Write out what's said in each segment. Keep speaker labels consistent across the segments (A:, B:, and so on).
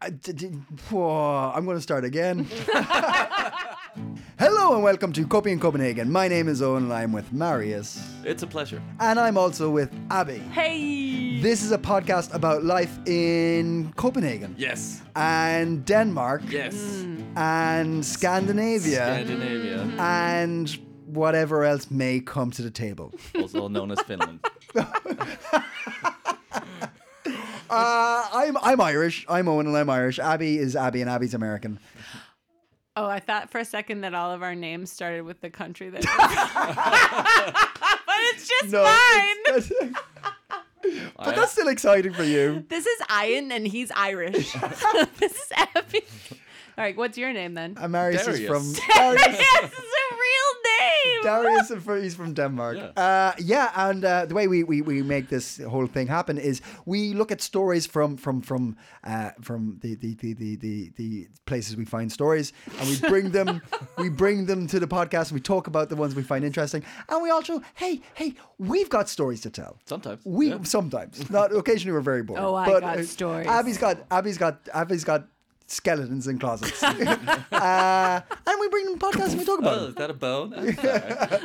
A: I d- d- whoa, I'm going to start again. Hello and welcome to Copy in Copenhagen. My name is Owen and I'm with Marius.
B: It's a pleasure.
A: And I'm also with Abby.
C: Hey!
A: This is a podcast about life in Copenhagen
B: Yes.
A: and Denmark
B: Yes.
A: Mm. and Scandinavia
B: Scandinavia,
A: and whatever else may come to the table.
B: also known as Finland.
A: Uh, I'm I'm Irish. I'm Owen and I'm Irish. Abby is Abby and Abby's American.
C: Oh, I thought for a second that all of our names started with the country that. but it's just mine.
A: it's- that's-
B: I-
A: but that's still exciting for you.
C: This is Ian, and he's Irish. this is epic. All right, what's your name then?
A: And Marius is
B: Darius.
A: from Uh,
C: Darius
A: Darius.
C: is a real name.
A: Darius is from, he's from Denmark.
B: Yeah.
A: Uh, yeah, and uh, the way we, we, we make this whole thing happen is we look at stories from from from uh, from the the, the, the, the the places we find stories, and we bring them we bring them to the podcast, and we talk about the ones we find interesting, and we also hey hey we've got stories to tell.
B: Sometimes.
A: We
B: yeah.
A: sometimes not occasionally we're very bored.
C: Oh, I
A: but,
C: got
A: uh,
C: stories.
A: Abby's got Abby's got Abby's got skeletons in closets, uh, and we bring them to the podcast and we talk about
B: Oh,
A: them.
B: is that a bone? I'm sorry.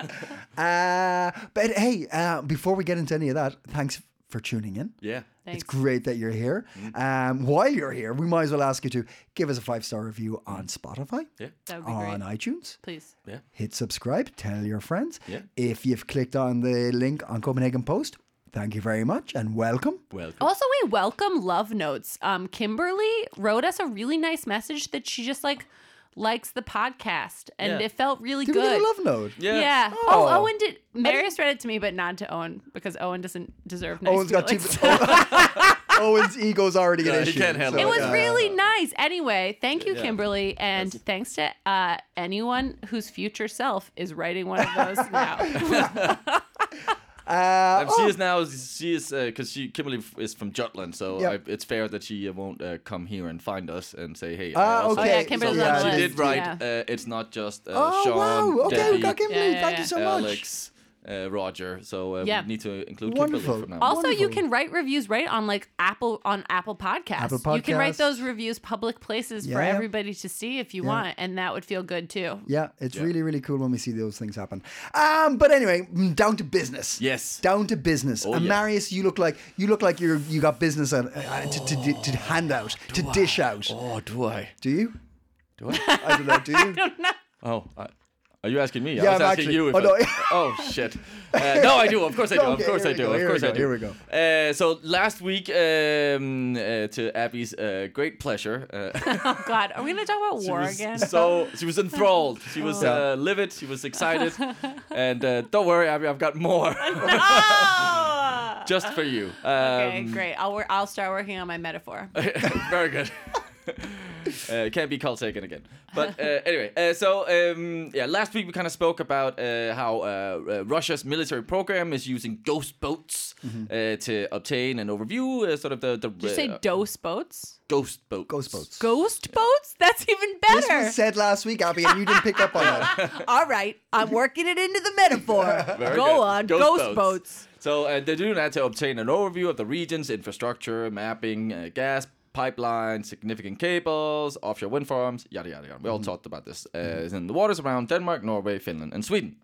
A: Uh, but hey, uh, before we get into any of that, thanks for tuning in.
B: yeah.
A: It's
C: Thanks.
A: great that you're here.
B: Mm.
A: Um, while you're here, we might as well ask you to give us a five star review on Spotify,
B: Yeah.
C: That would be
A: on
C: great.
A: iTunes.
C: Please.
B: Yeah.
A: Hit subscribe, tell your friends.
B: Yeah.
A: If you've clicked on the link on Copenhagen Post, thank you very much and welcome.
B: Welcome.
C: Also, we welcome love notes. Um, Kimberly wrote us a really nice message that she just like likes the podcast, and
B: Yeah.
C: it felt really
A: Did we
C: good.
A: get a love note?
B: Yeah.
C: Yeah.
A: Oh.
C: Oh, Owen did. Marius read it to me, but not to Owen because Owen doesn't deserve nice
A: Owen's got Oh, two.
C: feelings.
A: Owen's ego's already an
B: Yeah, he
A: issue.
B: can't handle
C: it was
B: Yeah.
C: really nice. Anyway, thank you,
B: Yeah.
C: Kimberly, and thanks to uh, anyone whose future self is writing one of those now.
A: Uh,
B: Um,
A: oh,
B: She is now. She is because she Kimberly f- is from Jutland, so
A: Yeah.
B: I, it's fair that she uh, won't uh, come here and find us and say, "Hey."
A: Ah,
B: I also,
A: okay.
C: Oh, yeah, Kimberly's
A: so
C: on
A: yeah,
C: the
B: She
C: list.
B: did write.
C: Yeah.
B: Uh, it's not just uh,
A: oh,
B: Sean,
A: wow. Okay, we
B: Debbie,
A: got Kimberly.
C: Yeah, yeah,
A: Thank
C: yeah.
A: you so much.
B: Alex, uh, Roger. So uh,
C: Yeah.
B: we need to include
A: Wonderful.
B: Kimberly from now. on.
C: also, you
A: Wonderful.
C: can write reviews right on like Apple on Apple Podcasts.
A: Apple
C: You can write
A: Podcasts.
C: those reviews public places for
A: Yeah.
C: everybody to see if you want, and that would feel good too.
A: Yeah, it's
B: Yeah.
A: really, really cool when we see those things happen. Um, but anyway, mm, down to business.
B: Yes.
A: Down to business.
B: Oh,
A: and
B: yeah.
A: Marius, you look like you look like you're you got business uh, uh, to, to, to, to hand out, to dish out.
B: oh, do I?
A: Do you?
B: Do I?
A: I don't know. Do you?
B: Oh, I, are you asking me?
A: Yeah,
B: I was
A: I'm
B: asking
A: actually-
B: you. If
A: oh, no.
B: I, oh shit! Uh, no, I do. Of course I do.
A: Okay,
B: of course
A: here
B: I
A: we
B: do.
A: go,
B: of
A: here we
B: course
A: go,
B: I do.
A: here we go.
B: Uh, so last week, um, uh, to Abby's uh, great pleasure, uh,
C: Oh God, are we gonna talk about
B: she
C: war
B: was
C: again? Oh.
B: so she was enthralled. She was uh, livid. She was excited. and uh, don't worry, Abby, I've got more
C: Oh!
B: just for you. Um,
C: Okay, great. I'll wor- I'll start working on my metaphor.
B: Very good. uh, can't be called Sagan again. But uh, anyway, uh, so um, yeah, last week we kind of spoke about uh, how uh, uh, Russia's military program is using ghost boats uh, to obtain an overview, uh, sort of the. the
C: Mm-hmm. Did you say dose boats?
B: ghost boats?
A: Ghost boats.
C: Ghost boats? That's even
A: This
C: better.
A: was said last week, Abby, and you didn't pick up on it.
C: All right, I'm working it into the metaphor.
B: Very
C: Go
B: good.
C: on, ghost, boats.
B: So uh, they're doing that to obtain an overview of the region's infrastructure, mapping, uh, gas pipelines, significant cables, offshore wind farms, yada yada yada. We
C: Mm-hmm.
B: all talked about this uh, it's in the waters around Denmark, Norway, Finland, and Sweden.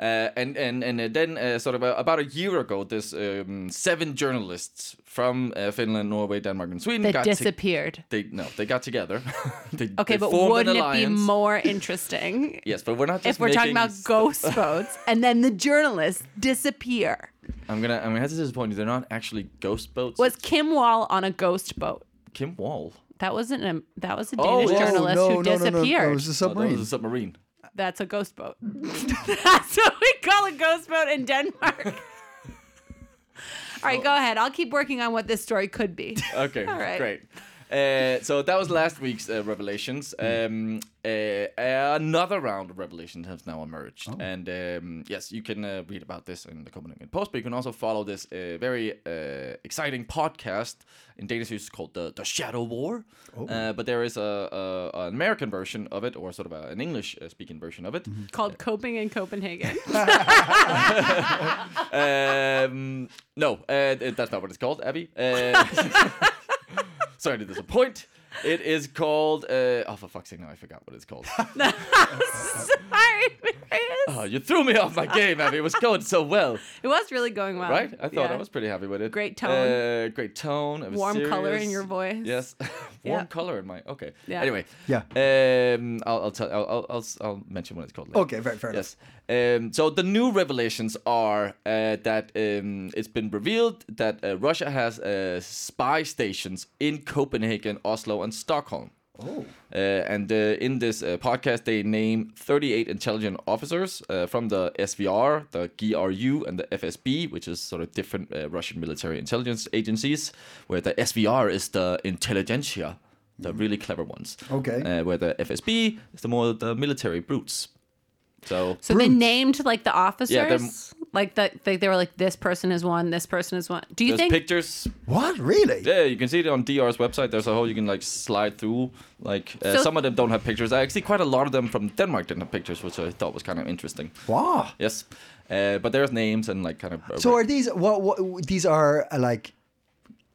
B: Uh, and and and uh, then uh, sort of uh, about a year ago, this um, seven journalists from uh, Finland, Norway, Denmark, and Sweden
C: That
B: got to-
C: disappeared.
B: they no, they got together. they,
C: Okay,
B: they
C: but
B: formed an
C: wouldn't it be
B: alliance.
C: more interesting
B: Yes, but we're not. Just
C: if we're talking
B: making
C: about ghost boats and then the journalists disappear?
B: I'm gonna I'm gonna have to disappoint you. They're not actually ghost boats.
C: Was Kim Wall on a ghost boat?
B: Kim Wall?
C: That wasn't a that was a
B: Oh,
C: Danish
B: whoa,
C: journalist
A: no,
C: who
A: no, no,
C: disappeared.
A: no, no, it was a
B: Oh, that
A: submarine.
B: was a submarine.
C: That's a ghost boat. That's what we call a ghost boat in Denmark. All right, go ahead. I'll keep working on what this story could be.
B: Okay,
C: All right.
B: great. Uh, so that was last week's uh, revelations. Um, uh, another round of revelations has now emerged, and um, yes, you can uh, read about this in the Copenhagen Post. But you can also follow this uh, very uh, exciting podcast in Danish. It's called the the Shadow War, uh, but there is a, a an American version of it, or sort of a, an English uh, speaking version of it.
C: Called Coping in Copenhagen.
B: um, no, uh, th- that's not what it's called, Abby. Uh, sorry to disappoint. It is called. Uh, oh, for fuck's sake! No, I forgot what it's called.
C: Sorry, Marius.
B: oh, you threw me off my game, Abby. It was going so well,
C: It was really going well.
B: right? I thought I
C: Um, Yeah.
B: was pretty happy with it.
C: Great tone.
B: Uh, great tone. It was
C: Warm color in
B: serious.
C: your voice.
B: Yes, warm
C: Yeah.
B: color in my. Okay.
C: Yeah.
B: Anyway.
A: Yeah.
B: Um, I'll I'll, tell, I'll I'll I'll s- I'll mention what it's called. Later.
A: Okay, very fair enough.
B: Yes. Um, so the new revelations are uh, that um, it's been revealed that uh, Russia has uh, spy stations in Copenhagen, Oslo, and Stockholm.
A: Oh.
B: Uh, and uh, in this uh, podcast, they name 38 intelligent officers uh, from the SVR, the GRU, and the FSB, which is sort of different uh, Russian military intelligence agencies, where the SVR is the intelligentsia, the really clever ones.
A: Hmm. Okay.
B: Uh, where the FSB is the more the military brutes. So,
C: So they named like the officers,
B: they're-
C: like the, they, they were like this person is one, this person is one. Do you
B: there's
C: think?
B: pictures.
A: What? Really?
B: Yeah, you can see it on DR's website. There's a whole you can like slide through. Like uh,
C: So-
B: some of them don't have pictures. Actually, quite a lot of them from Denmark didn't have pictures, which I thought was kind of interesting.
A: Wow.
B: Yes, uh, but there's names and like kind of. uh,
A: So are these what? What these are uh, like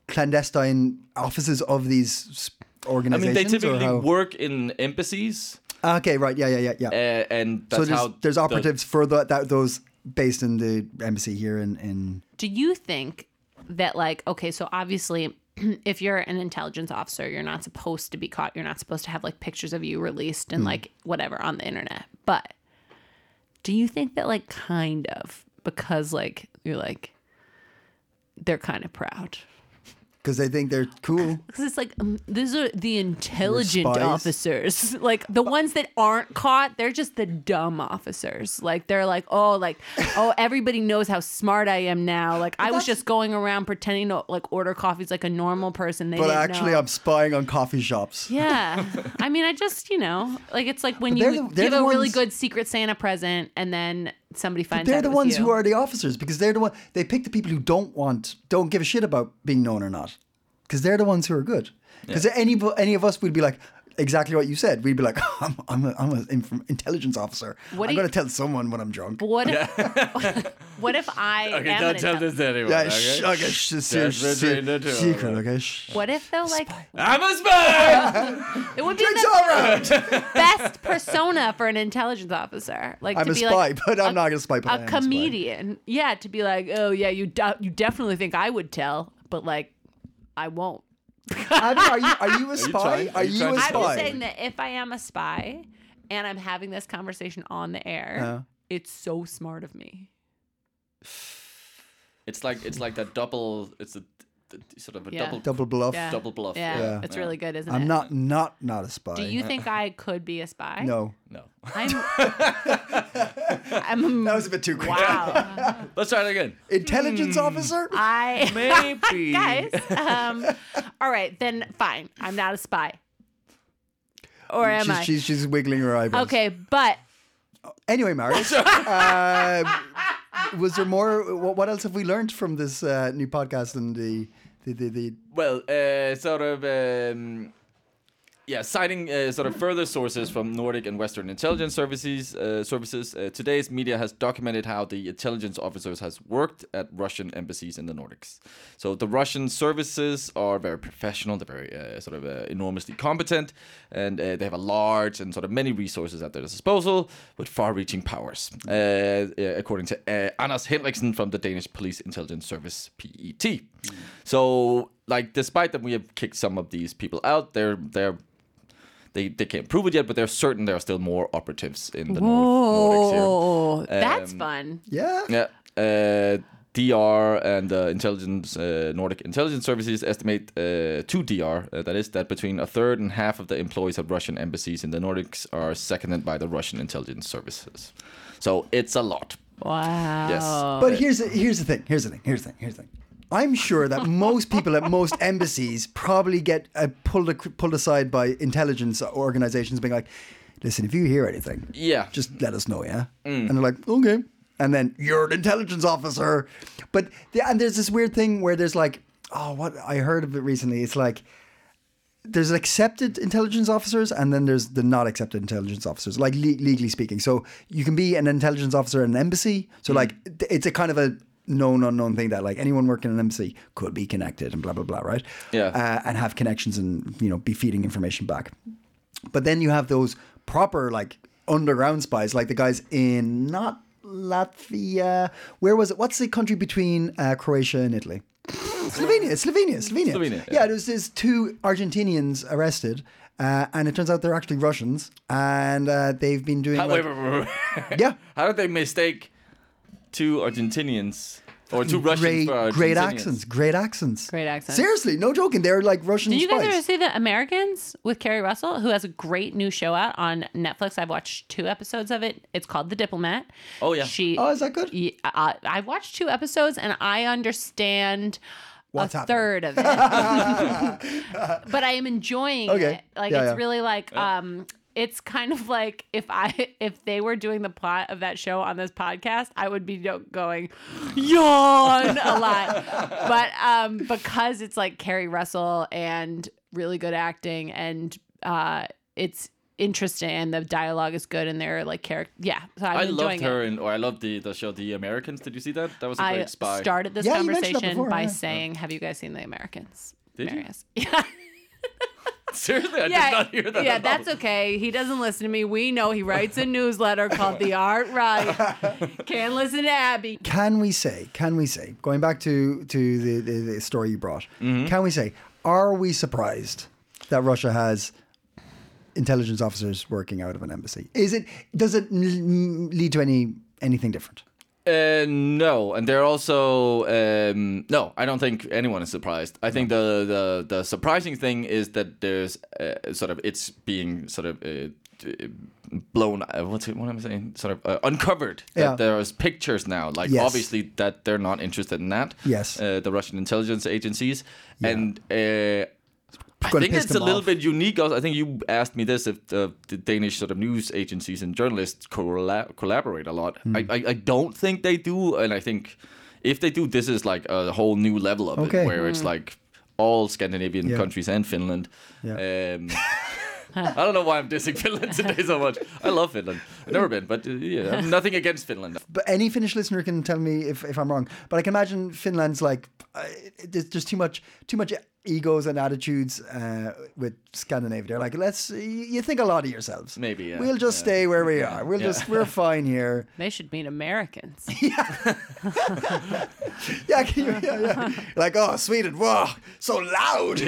A: clandestine offices of these s-
B: I mean,
A: organizations?
B: they
A: or
B: typically
A: how-
B: work in embassies,
A: Ah, Okay, right. Yeah, yeah, yeah,
B: uh,
A: yeah.
B: and that's
A: so there's
B: how
A: there's
B: the-
A: operatives for the, that those based in the embassy here in in.
C: do you think that like okay, so obviously. If you're an intelligence officer, you're not supposed to be caught. You're not supposed to have like pictures of you released and like whatever on the internet. But do you think that like kind of because like you're like they're kind of proud
A: Because they think they're cool.
C: Because it's like um, these are the intelligent
A: spies.
C: officers, like the ones that aren't caught. They're just the dumb officers. Like they're like, oh, like oh, everybody knows how smart I am now. Like I was
A: that's-
C: just going around pretending to like order coffees like a normal person. They
A: But
C: didn't
A: actually,
C: know.
A: I'm spying on coffee shops.
C: yeah. I mean, I just you know, like it's like when
A: But they're
C: you
A: the- they're
C: give
A: the
C: a really
A: ones-
C: good Secret Santa present and then somebody finds
A: They're
C: out
A: the
C: it was
A: ones
C: you.
A: who are the officers because they're the one they pick the people who don't want, don't give a shit about being known or not, because they're the ones who are good. Because any any of us would be like exactly what you said. We'd be like, I'm I'm a, I'm an inf- intelligence officer.
C: What do
A: I'm
C: you-
A: gonna tell someone when I'm drunk.
C: But What if, what if I
B: Okay,
C: am
B: don't
C: an
B: tell
C: intel-
B: this to anyone.
A: Yeah,
B: okay?
A: sh- okay, sh- se-
B: That's between the
A: se-
B: two of
A: secret,
B: us.
A: okay. Sh-
C: What if though, like
B: I'm a spy.
C: it would be
A: Drinks
C: the-
A: all round.
C: best persona for an intelligence officer. Like
A: I'm
C: to
A: a
C: be
A: spy,
C: like
A: but I'm not gonna spy. But I am
C: a
A: a spy.
C: comedian. Yeah, to be like, oh yeah, you de- you definitely think I would tell, but like, I won't.
A: Abby, are you are you a
B: trying-
A: spy?
B: are
A: Are
B: you
A: you a
B: trying to-
C: I'm
A: spy?
C: just saying that if I am a spy and I'm having this conversation on the air,
A: Yeah.
C: it's so smart of me.
B: it's like it's like that double. It's a d- d- sort of a
C: Yeah.
B: double
A: Double bluff.
C: Yeah.
B: double bluff.
C: Yeah,
A: Yeah.
C: it's really good, isn't it?
A: I'm not not not a spy.
C: Do you think I could be a spy?
A: No,
B: No.
C: I'm. I'm
A: that was a bit too quick.
C: wow.
B: Let's try it again.
A: Intelligence officer.
C: Hmm. I
B: Maybe.
C: guys. Um, all right, then fine. I'm not a spy. Or am
A: she's,
C: I?
A: She's, she's wiggling her eyebrows.
C: okay, but
A: Anyway, Marius, uh, was there more? What, what else have we learned from this uh, new podcast and the the the, the
B: Well, uh, sort of, um, yeah, citing uh, sort of further sources from Nordic and Western intelligence services. Uh, services uh, today's media has documented how the intelligence officers has worked at Russian embassies in the Nordics. So the Russian services are very professional. They're very uh, sort of uh, enormously competent, and uh, they have a large and sort of many resources at their disposal with far-reaching powers, uh, uh, according to uh, Anders Henriksen from the Danish Police Intelligence Service (PET). So, like, despite that we have kicked some of these people out, they're they're they, they can't prove it yet, but they're certain there are still more operatives in the North, Nordics
C: oh, that's
B: Um,
C: fun.
A: yeah?
B: here. Yeah. Uh, DR and uh, intelligence uh, Nordic intelligence services estimate uh, two DR uh, that is that between a third and half of the employees of Russian embassies in the Nordics are seconded by the Russian intelligence services. So it's a lot.
C: Wow.
A: But here's the, here's the thing. Here's the thing. Here's the thing. Here's the thing. I'm sure that most people at most embassies probably get uh, pulled ac- pulled aside by intelligence organizations, being like, "Listen, if you hear anything,
B: Yeah.
A: just let us know, yeah." And they're like, "Okay," and then you're an intelligence officer. But the, and there's this weird thing where there's like, oh, what I heard of it recently. It's like there's accepted intelligence officers and then there's the not accepted intelligence officers
B: Mm-hmm.
A: like le- legally speaking so you can be an intelligence officer at an embassy so like th- it's a kind of a known unknown thing that like anyone working in an embassy could be connected and blah blah blah, right?
B: Yeah.
A: Uh, and have connections and you know be feeding information back. But then you have those proper like underground spies, like the guys in not Latvia. Where was it? What's the country between uh, Croatia and Italy? Slovenia, Slovenia, Slovenia.
B: Slovenia,
A: Yeah,
B: yeah.
A: there's there's two Argentinians arrested, uh, and it turns out they're actually Russians, and uh, they've been doing.
B: How,
A: like-
B: wait, wait, wait, wait.
A: Yeah.
B: How did they mistake two Argentinians or two Russians
A: great,
B: for Argentinians?
A: great accents, great accents,
C: Great accents.
A: Seriously, no joking. They're like Russian
C: Did you guys
A: spies.
C: ever see the Americans with Carrie Russell, who has a great new show out on Netflix? I've watched two episodes of it. It's called The Diplomat.
B: Oh, yeah.
C: She.
A: Oh, is that good?
C: Yeah, I, uh, I watched two episodes and I understand
A: What's
C: a
A: happening?
C: third of it, but I am enjoying
A: Okay.
C: it. Like
A: Yeah,
C: it's
A: yeah.
C: really like um. It's kind of like if I if they were doing the plot of that show on this podcast, I would be go- going yawn a lot. but um because it's like Carrie Russell and really good acting and uh it's interesting and the dialogue is good and they're like character yeah. So I'm
B: I
C: enjoying
B: loved
C: it.
B: her, and or I loved the, the show The Americans. Did you see that? That was a
C: I
B: great spy.
C: started this
A: Yeah, you mentioned that
C: conversation
A: before,
C: by
A: yeah.
C: saying, "Have you guys seen The Americans?"
B: Did you?
C: Marius. Yeah,
B: Seriously, I
C: yeah,
B: did not hear that.
C: yeah.
B: at all.
C: That's okay. He doesn't listen to me. We know he writes a newsletter called The Art Right. Can't listen to Abby.
A: Can we say? Can we say? Going back to to the the, the story you brought.
B: Mm-hmm.
A: Can we say? Are we surprised that Russia has intelligence officers working out of an embassy? Is it? Does it n- lead to any anything different?
B: Uh, no, and they're also um, no. I don't think anyone is surprised. I think the the, the surprising thing is that there's uh, sort of it's being sort of uh, d- blown. Uh, what's it, what am I saying? Sort of uh, uncovered that
A: Yeah.
B: there's pictures now. Like
A: Yes.
B: obviously that they're not interested in that.
A: Yes.
B: uh, the Russian intelligence agencies and. Uh, I
A: Gonna
B: think
A: piss
B: it's a
A: them
B: little
A: off.
B: bit unique. Also, I think you asked me this if the, the Danish sort of news agencies and journalists colla- collaborate a lot.
A: Hmm.
B: I, I, I don't think they do, and I think if they do, this is like a whole new level of
A: Okay.
B: it, where it's like all Scandinavian
A: Yeah.
B: countries and Finland.
A: Yeah.
B: Um, I don't know why I'm dissing Finland today so much. I love Finland. I've never been, but uh, yeah, I've nothing against Finland.
A: But any Finnish listener can tell me if, if I'm wrong. But I can imagine Finland's like uh, there's just too much too much egos and attitudes uh, with Scandinavia. They're like, let's y- you think a lot of yourselves.
B: Maybe, yeah.
A: we'll just
B: Yeah.
A: stay where we are. We'll just we're fine here.
C: They should meet Americans.
A: Yeah, can you, yeah, yeah. Like oh, Sweden, wow, so loud,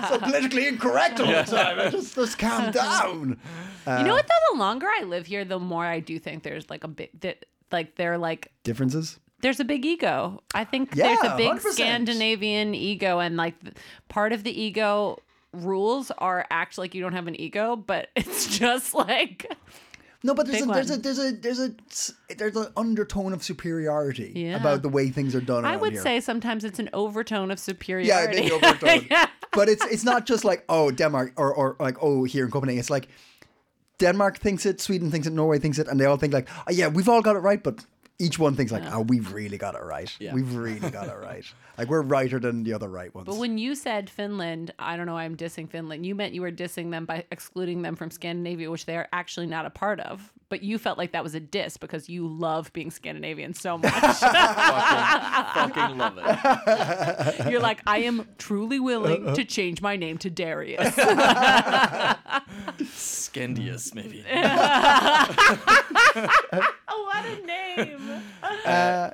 A: so politically incorrect all the time. Just just calm down. Uh,
C: you know what? Though the longer I live here, the more I do think there's like a bit that like they're like
A: Differences.
C: there's a big ego. I think there's
A: Yeah,
C: a big
A: 100%.
C: Scandinavian ego, and like th- part of the ego rules are act like you don't have an ego, but it's just like
A: No, but there's a,
C: Big
A: there's a
C: one.
A: there's a there's a there's an undertone of superiority
C: Yeah.
A: about the way things are done.
C: I
A: around
C: would
A: here.
C: say sometimes it's an overtone of
A: Yeah,
C: superiority.
A: maybe overtone. But it's it's not just like oh Denmark or or like oh here in Copenhagen. It's like Denmark thinks it, Sweden thinks it, Norway thinks it, and they all think like oh, yeah we've all got it right, but. Each one thinks like, oh, we've really got it right.
B: Yeah.
A: We've really got it right. Like we're righter than the other right ones.
C: But when you said Finland, I don't know, why I'm dissing Finland. You meant you were dissing them by excluding them from Scandinavia, which they are actually not a part of. But you felt like that was a diss because you love being Scandinavian so much.
B: fucking, fucking love it.
C: You're like, I am truly
A: Uh,
C: willing to change my name to Darius.
B: Scandius, maybe.
C: what a name!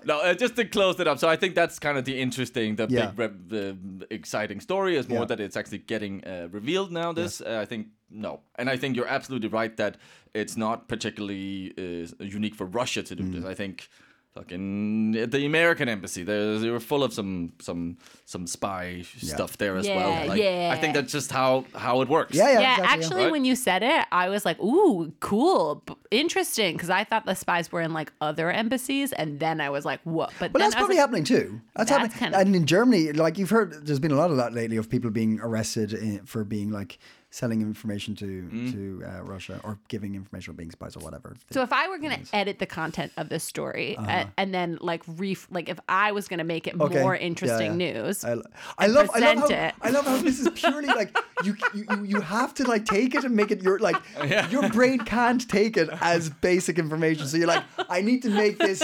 B: no, uh, just to close it up. So I think that's kind of the interesting, the
A: Yeah.
B: big, rev- the exciting story is more
A: Yeah.
B: that it's actually getting uh, revealed now. This, uh, I think, no, and I think you're absolutely right that it's not particularly uh, unique for Russia to do
A: Mm.
B: this. I think. Fucking at the American embassy. They they were full of some some some spy stuff there as
C: Yeah,
B: well. I think
C: yeah.
B: that's just how how it works.
A: yeah, yeah,
C: yeah,
A: exactly,
C: actually,
B: Right?
C: when you said it, I was like, "Ooh, cool, b- interesting," because I thought the spies were in like other embassies, and then I was like, "What?" But
A: Well,
C: then
A: that's
C: I was
A: probably
C: like,
A: happening too. That's,
C: That's
A: happening.
C: kind of-
A: and in Germany, like you've heard, there's been a lot of that lately of people being arrested in, for being like selling information to to uh, Russia or giving information or being spies or whatever.
C: Mm. So if I were going to edit the content of this story a- and, then like ref like if I was going to make it
A: Uh-huh. Okay.
C: more
A: Yeah,
C: interesting
A: yeah.
C: news,
A: I, lo- I love, I love how,
C: present it.
A: I love how this is purely like you, you, you, you have to like take it and make it your like your brain can't take it as basic information. So you're like, I need to make this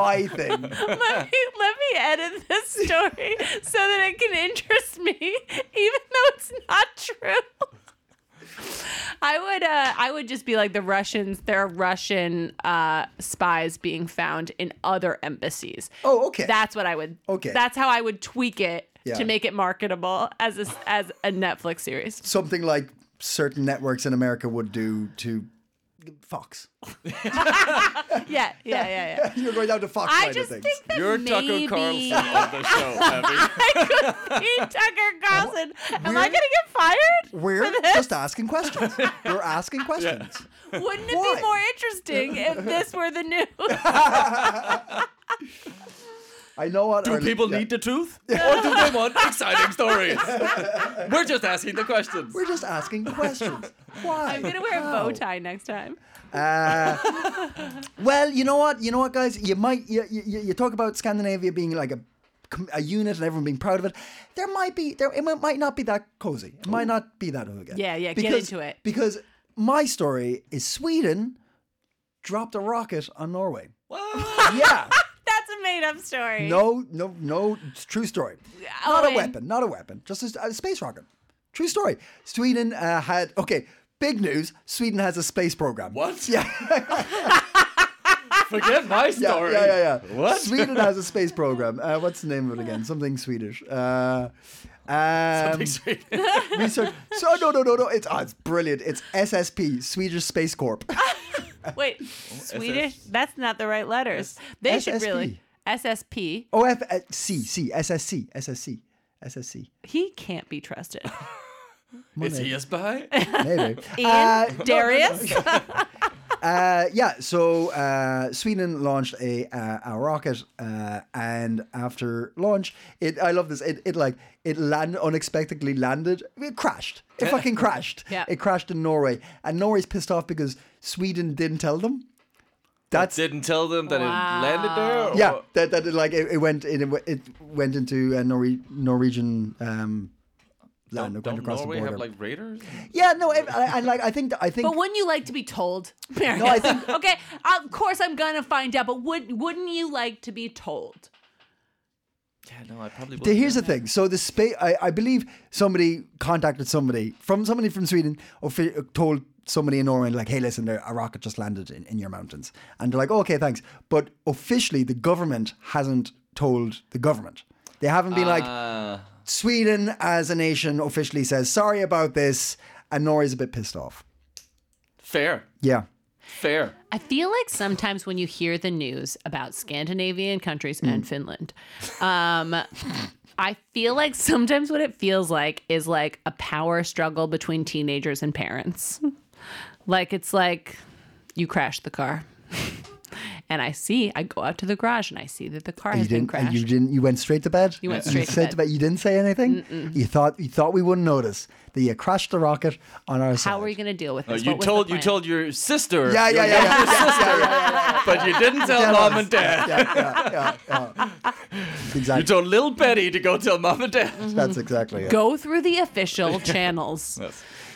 A: my thing.
C: let, me, let me edit this story so that it can interest me, even though it's not true. I would uh, I would just be like the Russians. There are Russian uh, spies being found in other embassies.
A: Oh, okay.
C: That's what I would.
A: Okay.
C: That's how I would tweak it
A: Yeah.
C: to make it marketable as a, as a Netflix series.
A: Something like certain networks in America would do to Fox.
C: Yeah, yeah, yeah, yeah.
A: You're going down to Fox
C: I
A: side
C: just
A: of things.
C: think that
B: You're
C: maybe
B: Tucker Carlson of the show, Abby.
C: I could be Tucker Carlson. Am I
A: We're-
C: gonna get fired?
A: We're
C: for this?
A: just asking questions. We're asking questions.
C: Wouldn't it
A: Why?
C: be more interesting if this were the news?
A: I know what.
B: Do people need the truth? Or do they want exciting stories? We're just asking the questions.
A: We're just asking questions. Why?
C: I'm gonna wear a bow tie next time.
A: Uh, well, you know what? You know what, guys? You might you, you, you talk about Scandinavia being like a com- a unit and everyone being proud of it. There might be there it mi- might not be that cozy. It might not be that hooligan.
C: Yeah, yeah, get into it.
A: Because my story is Sweden dropped a rocket on Norway. yeah.
C: That's a made up story.
A: No, no, no. It's true story. Not a
C: Owen.
A: weapon. Not a weapon. Just a, s- a space rocket. True story. Sweden uh, had okay. Big news. Sweden has a space program.
B: What?
A: Yeah.
B: Forget my
A: Yeah,
B: story.
A: yeah, yeah, yeah.
B: What?
A: Sweden has a space program. Uh, what's the name of it again? Something Swedish. Uh, um, research. So no, no, no, no. It's oh, it's brilliant. It's SSP, Swedish Space Corp.
C: Wait, Swedish? That's not the right letters. They should really. SSP.
A: OFC, C, SSC, SSC, SSC.
C: He can't be trusted.
B: Is he a spy?
A: Maybe.
C: Ian
A: Uh,
C: Darius.
A: uh, yeah, so uh, Sweden launched a uh, a rocket, uh, and after launch, it I love this. It, it like it land unexpectedly landed. It crashed. It fucking crashed.
C: Yeah.
A: It crashed in Norway, and Norway's pissed off because Sweden didn't tell them. That's
B: Didn't tell them that
C: Wow.
B: it landed there? or-
A: yeah, that that it, like it, it went it, it went into uh, Norwe- Norwegian um, land.
B: Don't,
A: it went
B: don't
A: across the
B: Norway
A: border.
B: have like raiders?
A: yeah, no, it, I, I like I think I think
C: But wouldn't you like to be told?
A: No, I think-
C: okay, of course I'm gonna find out. But would wouldn't you like to be told?
B: Yeah, no, I probably
A: The-
B: would.
A: here's the thing. So the space, I, I believe somebody contacted somebody from somebody from Sweden or fi- told somebody in Norway, like, "Hey, listen, there, a rocket just landed in, in your mountains," and they're like, "Oh, "Okay, thanks," but officially the government hasn't told the government. They haven't been
C: Ah.
A: like
B: Uh,
A: Sweden as a nation officially says sorry about this, and Norway's a bit pissed off.
B: fair.
A: Yeah.
B: Fair.
C: I feel like sometimes when you hear the news about Scandinavian countries
A: Mm.
C: and Finland, um, I feel like sometimes what it feels like is like a power struggle between teenagers and parents. like it's like you crashed the car. and I see, I go out to the garage and I see that the car
A: You
C: has
A: didn't.
C: been
A: and
C: crashed.
A: You didn't. You went straight to bed. You
C: went straight to
A: said
C: bed.
A: You didn't say anything. You thought. You thought we wouldn't notice that you crashed the rocket on our side.
C: How are you going to deal with
B: No,
C: this?
B: Uh, you
C: What was the
B: told you
C: plan?
B: told your sister.
A: Yeah, yeah,
B: your
A: yeah, yeah,
B: younger
A: yeah,
B: sister,
A: yeah, yeah,
B: But you didn't tell
A: Tell
B: mom
A: us.
B: and dad.
A: yeah, yeah, yeah, yeah.
B: You
A: Exactly.
B: told little Betty to go tell mom and dad.
A: That's exactly it.
C: Go through the official channels.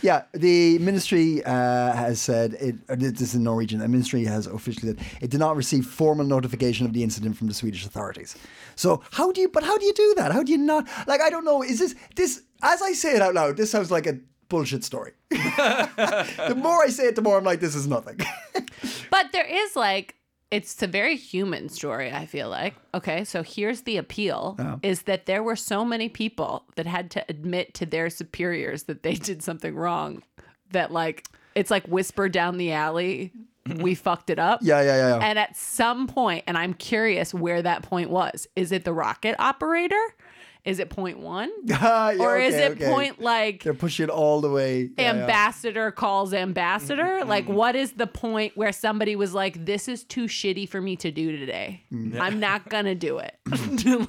A: Yeah, the ministry uh, has said it. uh, This is in Norwegian. The ministry has officially said it did not receive formal notification of the incident from the Swedish authorities. So how do you? But how do you do that? How do you not? Like I don't know. Is this this? As I say it out loud, this sounds like a bullshit story. the more I say it, the more I'm like, this is nothing.
C: But there is like it's a very human story, I feel like. Okay, so here's the appeal
A: Oh.
C: is that there were so many people that had to admit to their superiors that they did something wrong that like it's like whisper down the alley, we fucked it up.
A: Mm-hmm. yeah, yeah, yeah. yeah.
C: And at some point, and I'm curious where that point was. Is it the rocket operator? Is it point one?
A: Ah, yeah,
C: or is
A: okay,
C: it
A: okay.
C: point like
A: They're pushing it all the way. Yeah, Mm-hmm, yeah.
C: ambassador calls ambassador like what is the point where somebody was like this is too shitty for me to do today
A: Mm-hmm.
C: i'm not gonna do it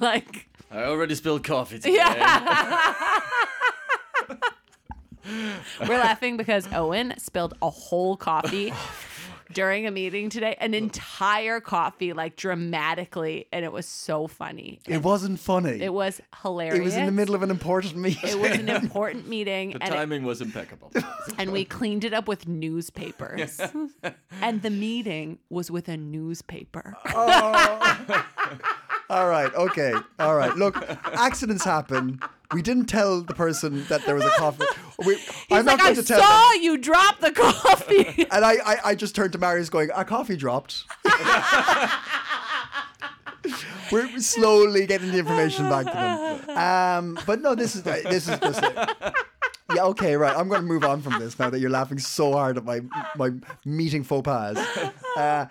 C: like
B: I already spilled coffee today.
C: yeah
A: Oh,
C: we're laughing because owen spilled a whole coffee during a meeting today an entire coffee like dramatically and it was so funny.
A: It wasn't funny.
C: It was hilarious.
A: It was in the middle of an important meeting.
C: It was an important meeting
B: The
C: and, it-
B: timing was impeccable.
C: and we cleaned it up with newspapers. and the meeting was with a newspaper.
A: Uh, All right. Okay. All right. Look, accidents happen. We didn't tell the person that there was a coffee. We,
C: He's
A: I'm
C: like,
A: not
C: I
A: going to tell. them."
C: saw you drop the coffee.
A: And I, I, I just turned to Marius going, our coffee dropped. We're slowly getting the information back to them. Um, but no, this is this is just it. Yeah, okay, right. I'm going to move on from this now that you're laughing so hard at my my meeting faux pas. Uh,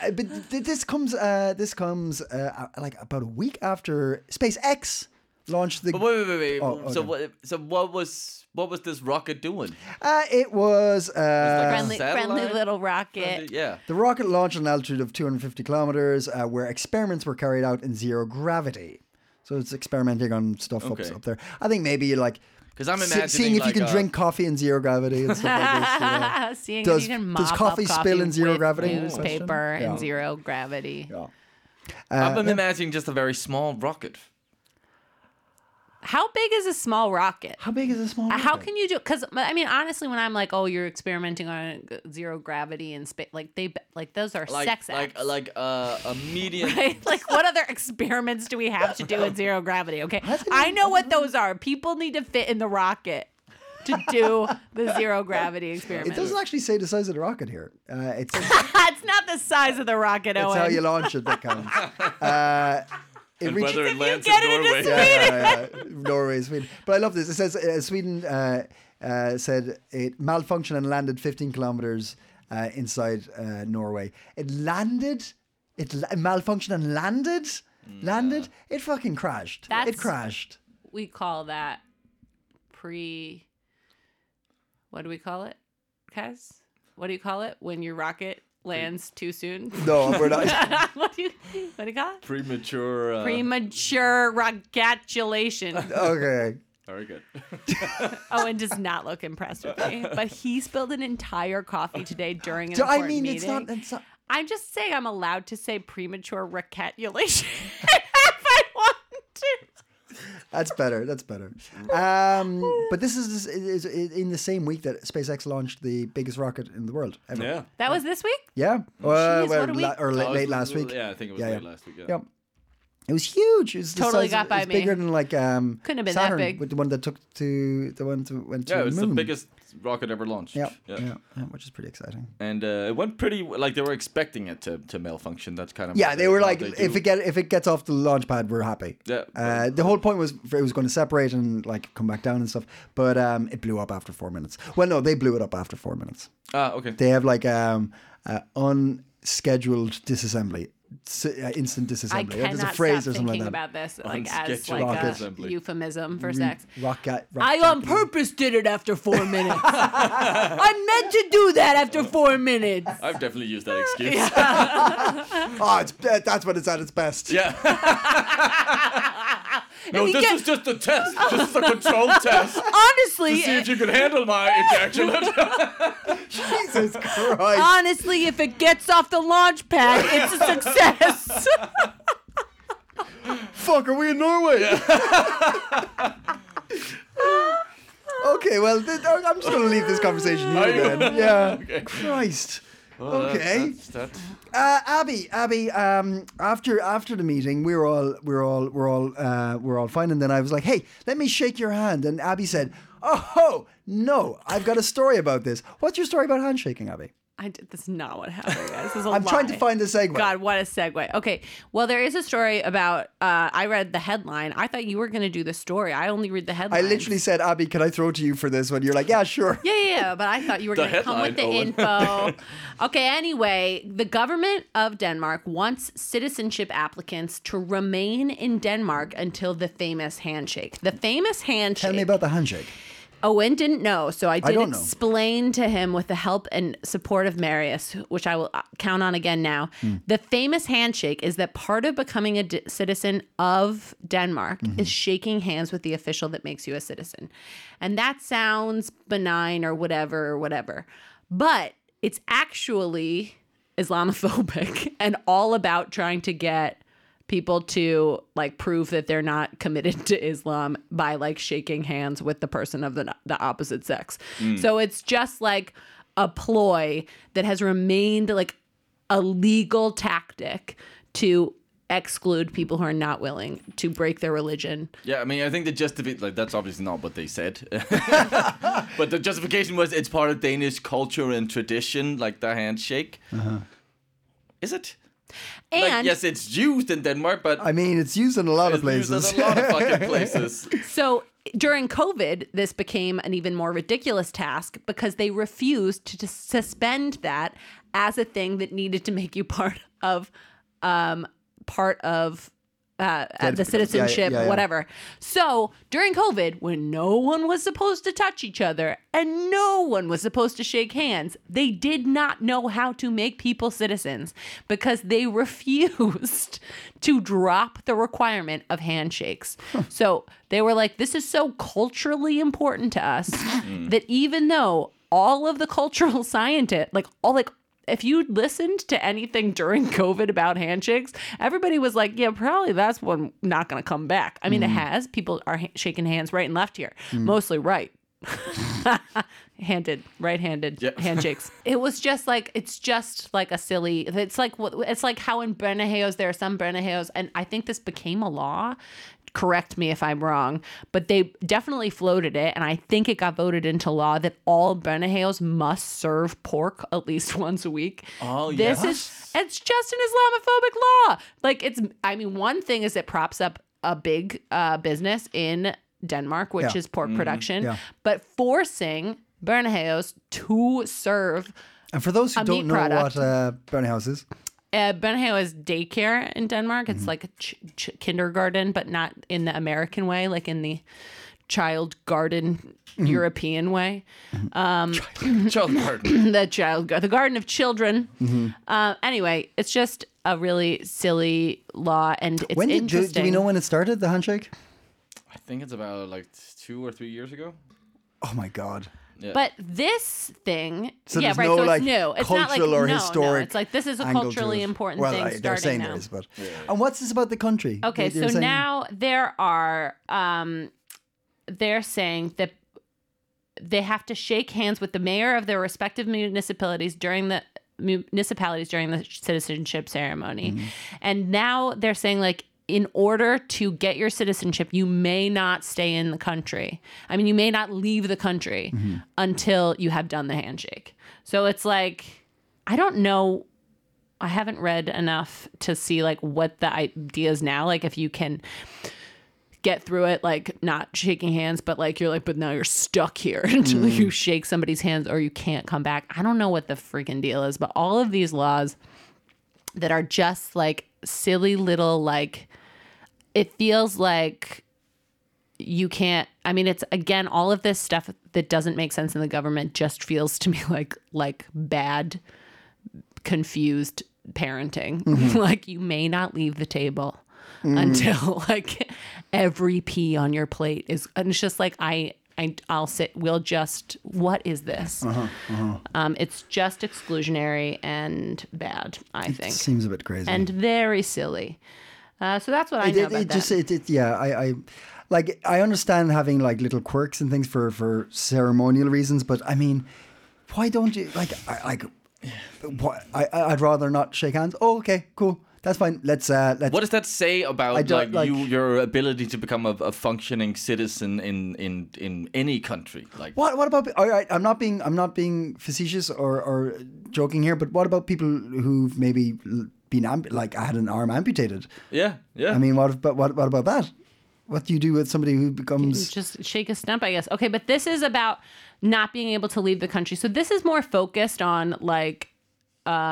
A: but th- this comes uh, this comes uh, like about a week after SpaceX launched the.
B: But wait, wait, wait, wait.
A: Oh,
B: So
A: okay.
B: what? So what was what was this rocket doing?
A: Uh, it was. Uh,
C: friendly, friendly
B: satellite?
C: little rocket.
B: Yeah.
A: The rocket launched at an altitude of 250 kilometers, uh, where experiments were carried out in zero gravity. So it's experimenting on stuff
B: Okay.
A: up, up there. I think maybe like
B: 'Cause I'm
A: se-
B: imagining,
A: seeing if
B: like, uh,
A: you can
B: a-
A: drink coffee in zero gravity and stuff like this. you know.
C: Seeing if
A: Does-
C: you can
A: does
C: mop up
A: coffee spill in zero
C: with
A: gravity?
C: Newspaper
A: Yeah.
C: and zero gravity.
A: Yeah. uh,
B: I'm imagining just a very small rocket.
C: How big is a small rocket? Uh,
A: How big is a small?
C: How
A: rocket?
C: can you do? Because I mean, honestly, when I'm like, "Oh, you're experimenting on g- zero gravity and space," like they, like those are
B: Like
C: sex
B: like
C: acts.
B: like uh, a medium.
C: Right? like, what other experiments do we have to do in zero gravity? Okay,
A: Hasn't
C: I know what those are. People need to fit in the rocket to do the zero gravity experiment.
A: It doesn't actually say the size of the rocket here. Uh, it's
C: it's not the size of the rocket,
A: it's
C: Owen.
A: how you launch it that counts. Uh, it
B: And
A: reached-
B: whether it
C: you
B: lands
C: get
B: in
C: it, it
B: Norway.
C: just
A: yeah, yeah, yeah. Norway, Sweden. But I love this. It says uh, Sweden uh, uh, said it malfunctioned and landed 15 kilometers uh, inside uh, Norway. It landed. It la- malfunctioned and landed. Landed. It fucking crashed.
C: That's-
A: it crashed.
C: we call that pre what do we call it Kaz? what do you call it when your rocket lands too soon
A: No, we're not.
C: what do you what do you call it
B: Premature. Uh,
C: premature rogatulation
A: okay.
B: very good.
C: owen does not look impressed with me but he spilled an entire coffee today during an
A: So, I
C: important
A: mean,
C: meeting
A: it's not. It's not.
C: i'm just saying i'm allowed to say premature rogatulation if i want to
A: That's better. That's better. Um, but this is, is, is in the same week that SpaceX launched the biggest rocket in the world ever.
B: Yeah.
C: that was this week
A: Yeah. Well,
C: Jeez,
A: well,
C: what a
A: la-
C: week.
A: or la-
B: Oh, it
A: late
B: was-
A: last week.
B: Yeah, I think it was
A: Yeah,
B: late
A: yeah.
B: last week. Yeah.
A: Yep. It was huge. It was the
C: Totally
A: size
C: got
A: of,
C: by
A: it's
C: me.
A: Bigger than like um,
C: Couldn't have been that
A: Saturn,
C: big.
A: with the one that took to the one that went to
B: Yeah, it
A: the
B: was
A: moon.
B: the biggest rocket ever launched.
A: Yeah, yeah, yeah, which is pretty exciting.
B: And uh, it went pretty like they were expecting it to, to malfunction. That's kind of
A: Yeah,
B: what
A: they were
B: how
A: like,
B: they
A: if
B: do.
A: it get if it gets off the launch pad, we're happy.
B: Yeah.
A: Uh, the whole point was for it was going to separate and like come back down and stuff, but um, it blew up after four minutes. Well, no, they blew it up after four minutes.
B: ah okay
A: They have like um, uh, unscheduled disassembly, s- uh, instant disassembly.
C: I
A: Uh,
C: cannot
A: There's a phrase
C: stop
A: or something
C: thinking
A: like that. Mm-hmm.
C: about this like as
B: Unscheduled
C: like a
B: assembly.
C: euphemism for sex.
A: Rocket.
C: I on purpose did it after four minutes. I meant to do that after four minutes.
B: I've definitely used
C: Uh,
B: that excuse.
A: Oh, it's, that's what it's at its best.
B: Yeah. no,
C: you
B: this
C: get-
B: is just a test. This is a control test.
C: Honestly,
B: See if
C: it-
B: you can handle my ejection.
A: Jesus Christ.
C: honestly, if it gets off the launch pad, it's a success.
A: Fuck, are we in Norway? okay, well, th- I'm just going to leave this conversation
B: Are
A: here
B: you?
A: then. Yeah.
B: Okay.
A: Christ.
B: Well, that's-
A: Okay.
B: that's- that's-
A: Uh, Abby, Abby. Um, after after the meeting, we were all we were all we are all uh, we are all fine, and then I was like, "Hey, let me shake your hand." And Abby said, "Oh no, I've got a story about this. What's your story about handshaking, Abby?
C: I did, that's not what happened, guys. This is a
A: I'm trying to
C: lie.
A: find the segue.
C: God, what a segue. Okay. Well, there is a story about. Uh, I read the headline. I thought you were going to do the story. I only read the
A: I
C: headline.
A: literally said, Abby, can I throw to you for this one? You're like, yeah, sure.
C: Yeah, yeah, yeah, but I thought you were
B: The
C: going to come with the
B: headline,
C: info. okay, anyway, the government of Denmark wants citizenship applicants to remain in Denmark until the famous handshake. The famous handshake.
A: Tell me about the handshake.
C: Owen didn't know, so I did
A: don't know.
C: explain to him with the help and support of Marius, which I will uh, count on again now.
A: Hmm.
C: The famous handshake is that part of becoming a d- citizen of Denmark
A: Mm-hmm.
C: is shaking hands with the official that makes you a citizen. And that sounds benign or whatever or whatever. But it's actually Islamophobic and all about trying to get people to like prove that they're not committed to Islam by like shaking hands with the person of the the opposite sex.
B: Mm.
C: So it's just like a ploy that has remained like a legal tactic to exclude people who are not willing to break their religion.
B: Yeah, I mean, I think the justification, like, that's obviously not what they said. but the justification was it's part of Danish culture and tradition, like the handshake.
A: Uh-huh.
B: Is it?
C: And
B: like, yes, it's used in Denmark, but
A: I mean, it's used in a lot of
B: it's used in
A: places.
B: a lot of fucking places.
C: So during COVID, this became an even more ridiculous task because they refused to, to suspend that as a thing that needed to make you part of um, part of uh, uh, the citizenship,
A: yeah, yeah.
C: whatever. So during COVID, when no one was supposed to touch each other and no one was supposed to shake hands, they did not know how to make people citizens because they refused to drop the requirement of handshakes. so they were like, this is so culturally important to us
A: Mm.
C: that even though all of the cultural scientists, like all like if you listened to anything during COVID about handshakes, everybody was like, "Yeah, probably that's one not going to come back." I mean,
B: Mm.
C: it has. People are ha- shaking hands right and left here, mostly right. handed right-handed
B: Yeah.
C: handshakes it was just like it's just like a silly it's like what- it's like how in Brenehaos there are some Brenehaos and I think this became a law correct me if I'm wrong but they definitely floated it and I think it got voted into law that all Brenehaos must serve pork at least once a week
B: Oh,
C: this is
B: yes.
C: it's just an Islamophobic law like it's I mean one thing is it props up a big uh, business in Denmark which
A: Yeah.
C: is pork production
A: Yeah.
C: but forcing Bernaheos to serve.
A: And for those who
C: A
A: don't
C: meat
A: know
C: product.
A: what uh, burning house is,
C: Uh, Bernaheo is daycare in Denmark. It's like a ch- ch- kindergarten, but not in the American way, like in the child garden European way.
B: Child pardon.
C: the child, the garden of children.
A: Mm-hmm.
C: Uh, anyway, it's just a really silly law, and it's
A: when did do,
C: interesting.
A: do we know when it started? The handshake?
B: I think it's about like two or three years ago.
A: Oh my god!
C: But this thing,
A: So
C: yeah,
A: there's
C: right.
A: no,
C: so it's
A: like,
C: new. It's not like
A: cultural or
C: no, no,
A: historic
C: It's like this is a
A: angle to
C: culturally
A: it.
C: important
A: well,
C: thing
A: I, they're
C: starting
A: saying
C: now.
A: there is, but and what's this about the country?
C: Okay,
A: They-
C: so
A: they're saying-
C: now there are um they're saying that they have to shake hands with the mayor of their respective municipalities during the municipalities during the citizenship ceremony.
A: Mm-hmm.
C: And now they're saying like in order to get your citizenship, you may not stay in the country. I mean, you may not leave the country
A: Mm-hmm.
C: until you have done the handshake. So it's like I don't know I haven't read enough to see like what the idea is now. Like if you can get through it, like not shaking hands, but like you're like, but now you're stuck here until you shake somebody's hands or you can't come back. I don't know what the freaking deal is, but all of these laws that are just like silly little like it feels like you can't i mean it's again all of this stuff that doesn't make sense in the government just feels to me like like bad confused parenting. like you may not leave the table until like every pea on your plate is and it's just like I I I'll sit we'll just what is this? Um it's just exclusionary and bad, I think.
A: seems a bit crazy.
C: And very silly. Uh, so that's what
A: Mm.
C: I
A: it,
C: know
A: it-
C: about
A: it
C: that.
A: just it, it yeah I, I like I understand having like little quirks and things for for ceremonial reasons, but I mean, why don't you like I like why, I I- I'd rather not shake hands. Oh, okay, cool, that's fine. Let's uh let's
B: What does that say about
A: don't
B: like,
A: like-
B: you your ability to become a, a functioning citizen in in in any country? Like
A: What what about all right, I'm not being I'm not being facetious or, or joking here, but what about people who've maybe l- been amp- like had an arm amputated?
B: yeah, yeah.
A: I mean, what about what, what about that? What do you do with somebody who
C: You
A: becomes
C: just shake a stump, I guess. Okay, but this is about not being able to leave the country. So this is more focused on like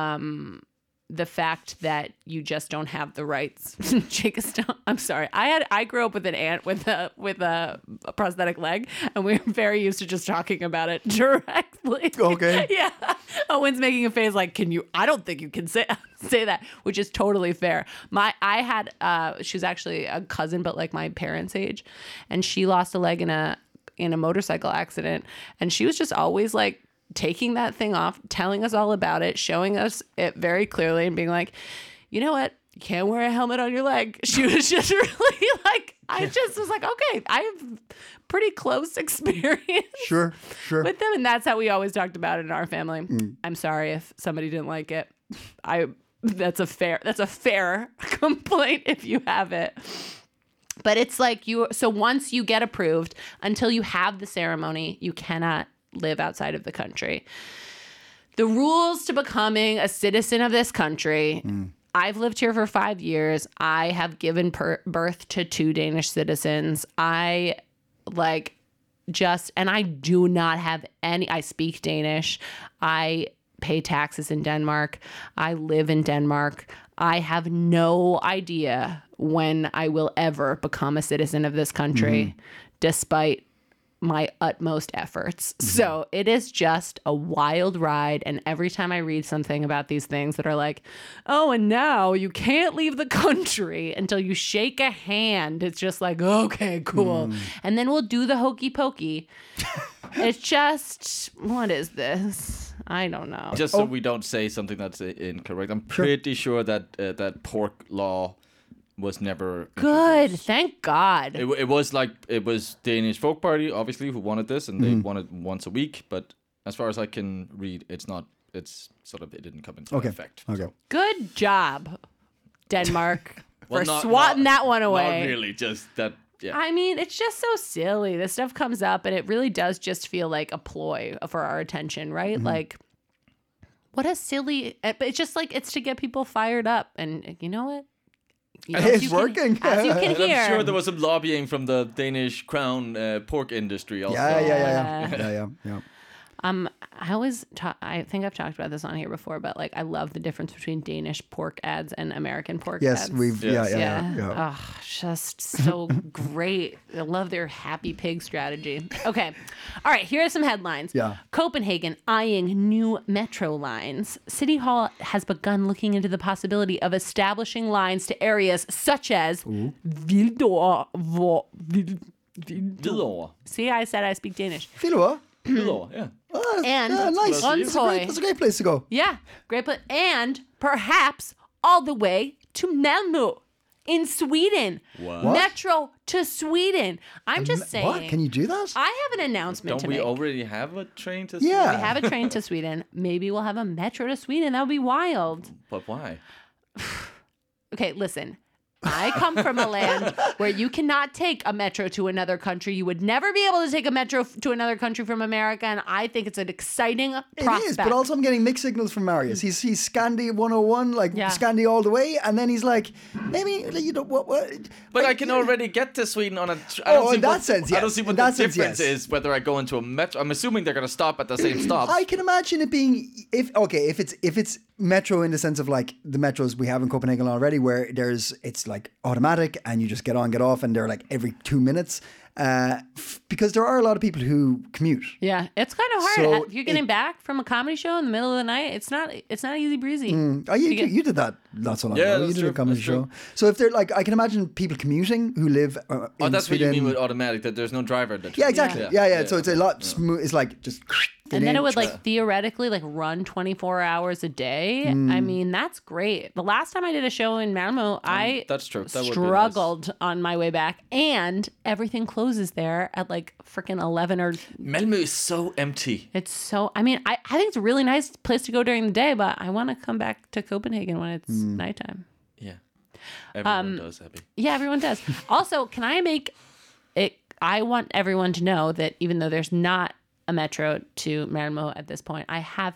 C: um the fact that you just don't have the rights. shake a stump. I'm sorry. I had I grew up with an aunt with a with a, a prosthetic leg, and we were very used to just talking about it directly.
A: Okay.
C: yeah. Owen's making a face like, "Can you? I don't think you can say say that," which is totally fair. My, I had, uh, she was actually a cousin, but like my parents' age, and she lost a leg in a in a motorcycle accident, and she was just always like taking that thing off, telling us all about it, showing us it very clearly, and being like, you know what? You can't wear a helmet on your leg. She was just really like, I just was like, okay, I have pretty close experience
A: Sure, sure.
C: with them. And that's how we always talked about it in our family. I'm sorry if somebody didn't like it. I that's a fair that's a fair complaint if you have it. But it's like you so once you get approved, until you have the ceremony, you cannot live outside of the country. The rules to becoming a citizen of this country. I've lived here for five years. I have given per- birth to two Danish citizens. I like just and I do not have any I speak Danish. I pay taxes in Denmark. I live in Denmark. I have no idea when I will ever become a citizen of this country despite my utmost efforts.
B: Mm-hmm.
C: So it is just a wild ride. And every time I read something about these things that are like, oh, and now you can't leave the country until you shake a hand, it's just like, okay, cool.
B: Mm.
C: And then we'll do the hokey pokey. it's just, what is this? I don't know.
B: Just so we don't say something that's uh, incorrect. I'm pretty sure that uh, that pork law was never
C: Good. Thank God.
B: It, wa- it was like it was Danish folk party, obviously, who wanted this, and they wanted once a week. But as far as I can read, it's not. It's sort of it didn't come into
A: Okay.
B: effect.
A: Okay.
C: Good job, Denmark,
B: Well,
C: for
B: not-
C: swatting
B: not-
C: that one away.
B: Not really, just that. Yeah.
C: I mean, it's just so silly. This stuff comes up and it really does just feel like a ploy for our attention, right?
A: Mm-hmm.
C: Like, what a silly, eh, but it's just like it's to get people fired up. And eh, you know what? You- as
A: It's
C: you can-
A: working.
C: as you can
B: And
C: hear.
B: I'm sure there was some lobbying from the Danish crown uh, pork industry also.
A: Yeah, yeah, yeah, yeah, yeah, yeah, yeah.
C: um, I always, ta- I think I've talked about this on here before, but like, I love the difference between Danish pork ads and American pork
A: Yes,
C: ads.
A: we've. Yeah,
B: Yes.
A: yeah,
C: yeah.
A: yeah. yeah.
C: Ugh, just so great. I love their happy pig strategy. Okay. All right. Here are some headlines.
A: Yeah.
C: Copenhagen eyeing new metro lines. City Hall has begun looking into the possibility of establishing lines to areas such as Vildor. Vo, Vil- Vil-
B: Hvidovre.
C: See, I said I speak Danish.
A: Filua.
B: Hvidovre, yeah.
A: Oh, that's,
C: And
A: yeah, nice. That's a,
C: Rundhøj.
A: great, that's a great place to go.
C: Yeah, great place. And perhaps all the way to Malmö in Sweden.
B: Wow.
A: What?
C: Metro to Sweden. I'm just saying.
A: What? Can you do that?
C: I have an announcement
B: Don't
C: to
B: we
C: make.
B: already have a train to
A: Yeah.
C: we have a train to Sweden. Maybe we'll have a metro to Sweden. That would be wild.
B: But why?
C: Okay, listen. I come from a land where you cannot take a metro to another country. You would never be able to take a metro f- to another country from America, and I think it's an exciting prospect.
A: It is, but also I'm getting mixed signals from Marius. He's he's Scandi 101, like
C: Yeah.
A: Scandi all the way, and then he's like, maybe like, you know what? what
B: But I can already get to Sweden on a. Tr-
A: Oh,
B: I don't see
A: in that
B: what-
A: sense,
B: I don't
A: yes.
B: see
A: In
B: what
A: that
B: the
A: sense,
B: difference
A: yes.
B: is whether I go into a metro. I'm assuming they're gonna stop at the same stops.
A: I can imagine it being if okay if it's if it's metro in the sense of like the metros we have in Copenhagen already, where there's it's like automatic and you just get on, get off, and they're like every two minutes, uh, f- because there are a lot of people who commute.
C: Yeah, it's kind of hard.
A: So
C: if you're getting back from a comedy show in the middle of the night, it's not it's not easy breezy.
A: Oh, you, you, did that not so long
B: Yeah,
A: ago. You
B: that's
A: did a
B: true,
A: comedy
B: that's
A: show.
B: true.
A: So if they're like, I can imagine people commuting who live uh, in
B: oh, that's
A: Sweden.
B: what you mean with automatic. That there's no driver. That
A: Yeah, exactly. Yeah,
B: Yeah.
A: yeah.
B: Yeah.
A: So it's a lot. Smo- it's like just. get
C: And
A: in.
C: then it would like theoretically like run 24 hours a day. I
A: Mm.
C: mean, that's great. The last time I did a show in Malmo, I
B: that's true. Um, That would be nice.
C: struggled on my way back and everything closes there at like freaking 11 or
B: Malmö is so empty.
C: it's so I mean, I, I think it's a really nice place to go during the day, but I want to come back to Copenhagen when it's
B: Hmm.
C: nighttime.
B: Yeah. Everyone
C: Um,
B: does, Abby.
C: Yeah, everyone does. also, can I make it? I want everyone to know that even though there's not a metro to Malmo at this point, I have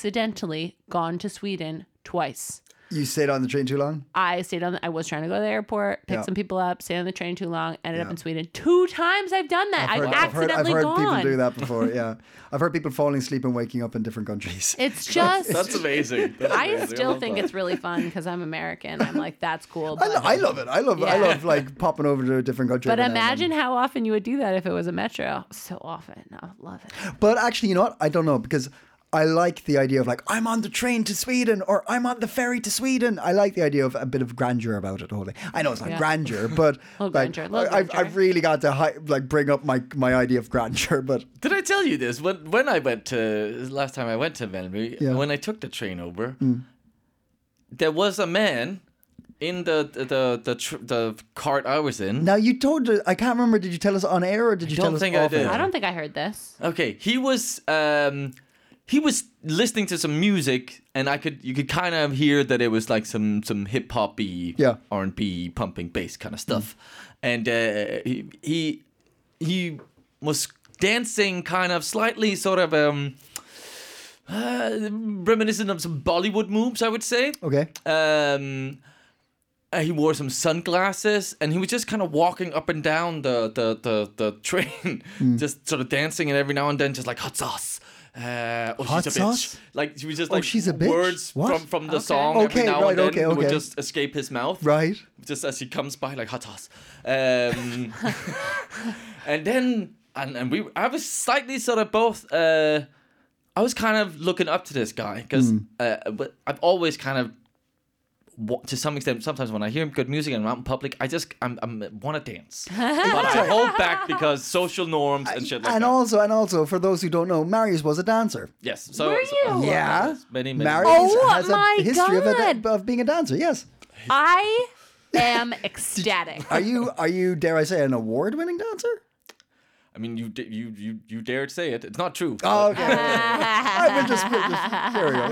C: accidentally gone to Sweden twice.
A: you stayed on the train too long.
C: I stayed on. The, I was trying to go to the airport, pick
A: Yeah.
C: some people up, stayed on the train too long, ended up in Sweden two times. I've done that. I've,
A: Heard- heard, I've
C: accidentally
A: heard
C: gone.
A: people do that before. Yeah, I've heard people falling asleep and waking up in different countries.
C: It's just.
B: That's amazing. That's
C: I
B: amazing.
C: still
B: love
C: think
B: that.
C: it's really fun because I'm American. I'm like, that's cool.
A: I,
C: But,
A: lo- I love it. I love. I
C: Yeah.
A: love like popping over to a different country.
C: but
A: every now and
C: imagine how often you would do that if it was a metro. So often. I would love it.
A: then. But actually, you know what? I don't know because I like the idea of like I'm on the train to Sweden or I'm on the ferry to Sweden. I like the idea of a bit of grandeur about it. Holding, I know it's not
C: Yeah.
A: grandeur, but
C: Little
A: like,
C: grandeur, little
A: I- I've,
C: grandeur.
A: I've really got to hi- like bring up my my idea of grandeur. But
B: Did I tell you this? When when I went to last time I went to Malmö,
A: Yeah.
B: when I took the train over, there was a man in the the the the, tr- the cart I was in.
A: now you told I can't remember. Did you tell us on air or did you
B: don't
A: tell us
B: think I
A: off
B: did.
A: air?
C: I don't think I heard this.
B: Okay, he was um he was listening to some music and I could you could kind of hear that it was like some some hip hop
A: Yeah.
B: R&B pumping bass kind of stuff. And uh, he he he was dancing kind of slightly sort of um uh, reminiscent of some Bollywood moves, I would say.
A: Okay.
B: Um, uh, he wore some sunglasses, and he was just kind of walking up and down the the the, the train,
A: Hmm.
B: just sort of dancing, and every now and then just like hot sauce. Uh, oh,
A: Hot
B: she's a
A: sauce?
B: bitch. Like he was just
A: Oh,
B: like
A: she's a bitch?
B: words
A: What?
B: from from the
C: Okay.
B: song
A: Okay,
B: every now
A: right,
B: and then
A: okay,
B: would
A: okay.
B: just escape his mouth
A: Right.
B: just as he comes by like hot sauce. Um, and then and, and we I was slightly sort of both uh, I was kind of looking up to this guy because
C: Hmm.
B: uh, but I've always kind of wa- to some extent sometimes when I hear good music and I'm out in public I just I'm, I'm want to dance but I hold back because social norms and shit like
A: and
B: that.
A: also, and also, for those who don't know, Marius was a dancer.
B: yes, so,
C: Were
B: so-
C: you?
A: Yeah.
B: many many.
A: Marius
C: Oh
A: has
C: my
A: a history of, a,
C: God.
A: of being a dancer. Yes.
C: I am ecstatic.
A: Are you? Are you? Dare I say, an award-winning dancer?
B: I mean you da- you you you dared say it. It's not true.
A: Oh, okay. I was just, just there we go.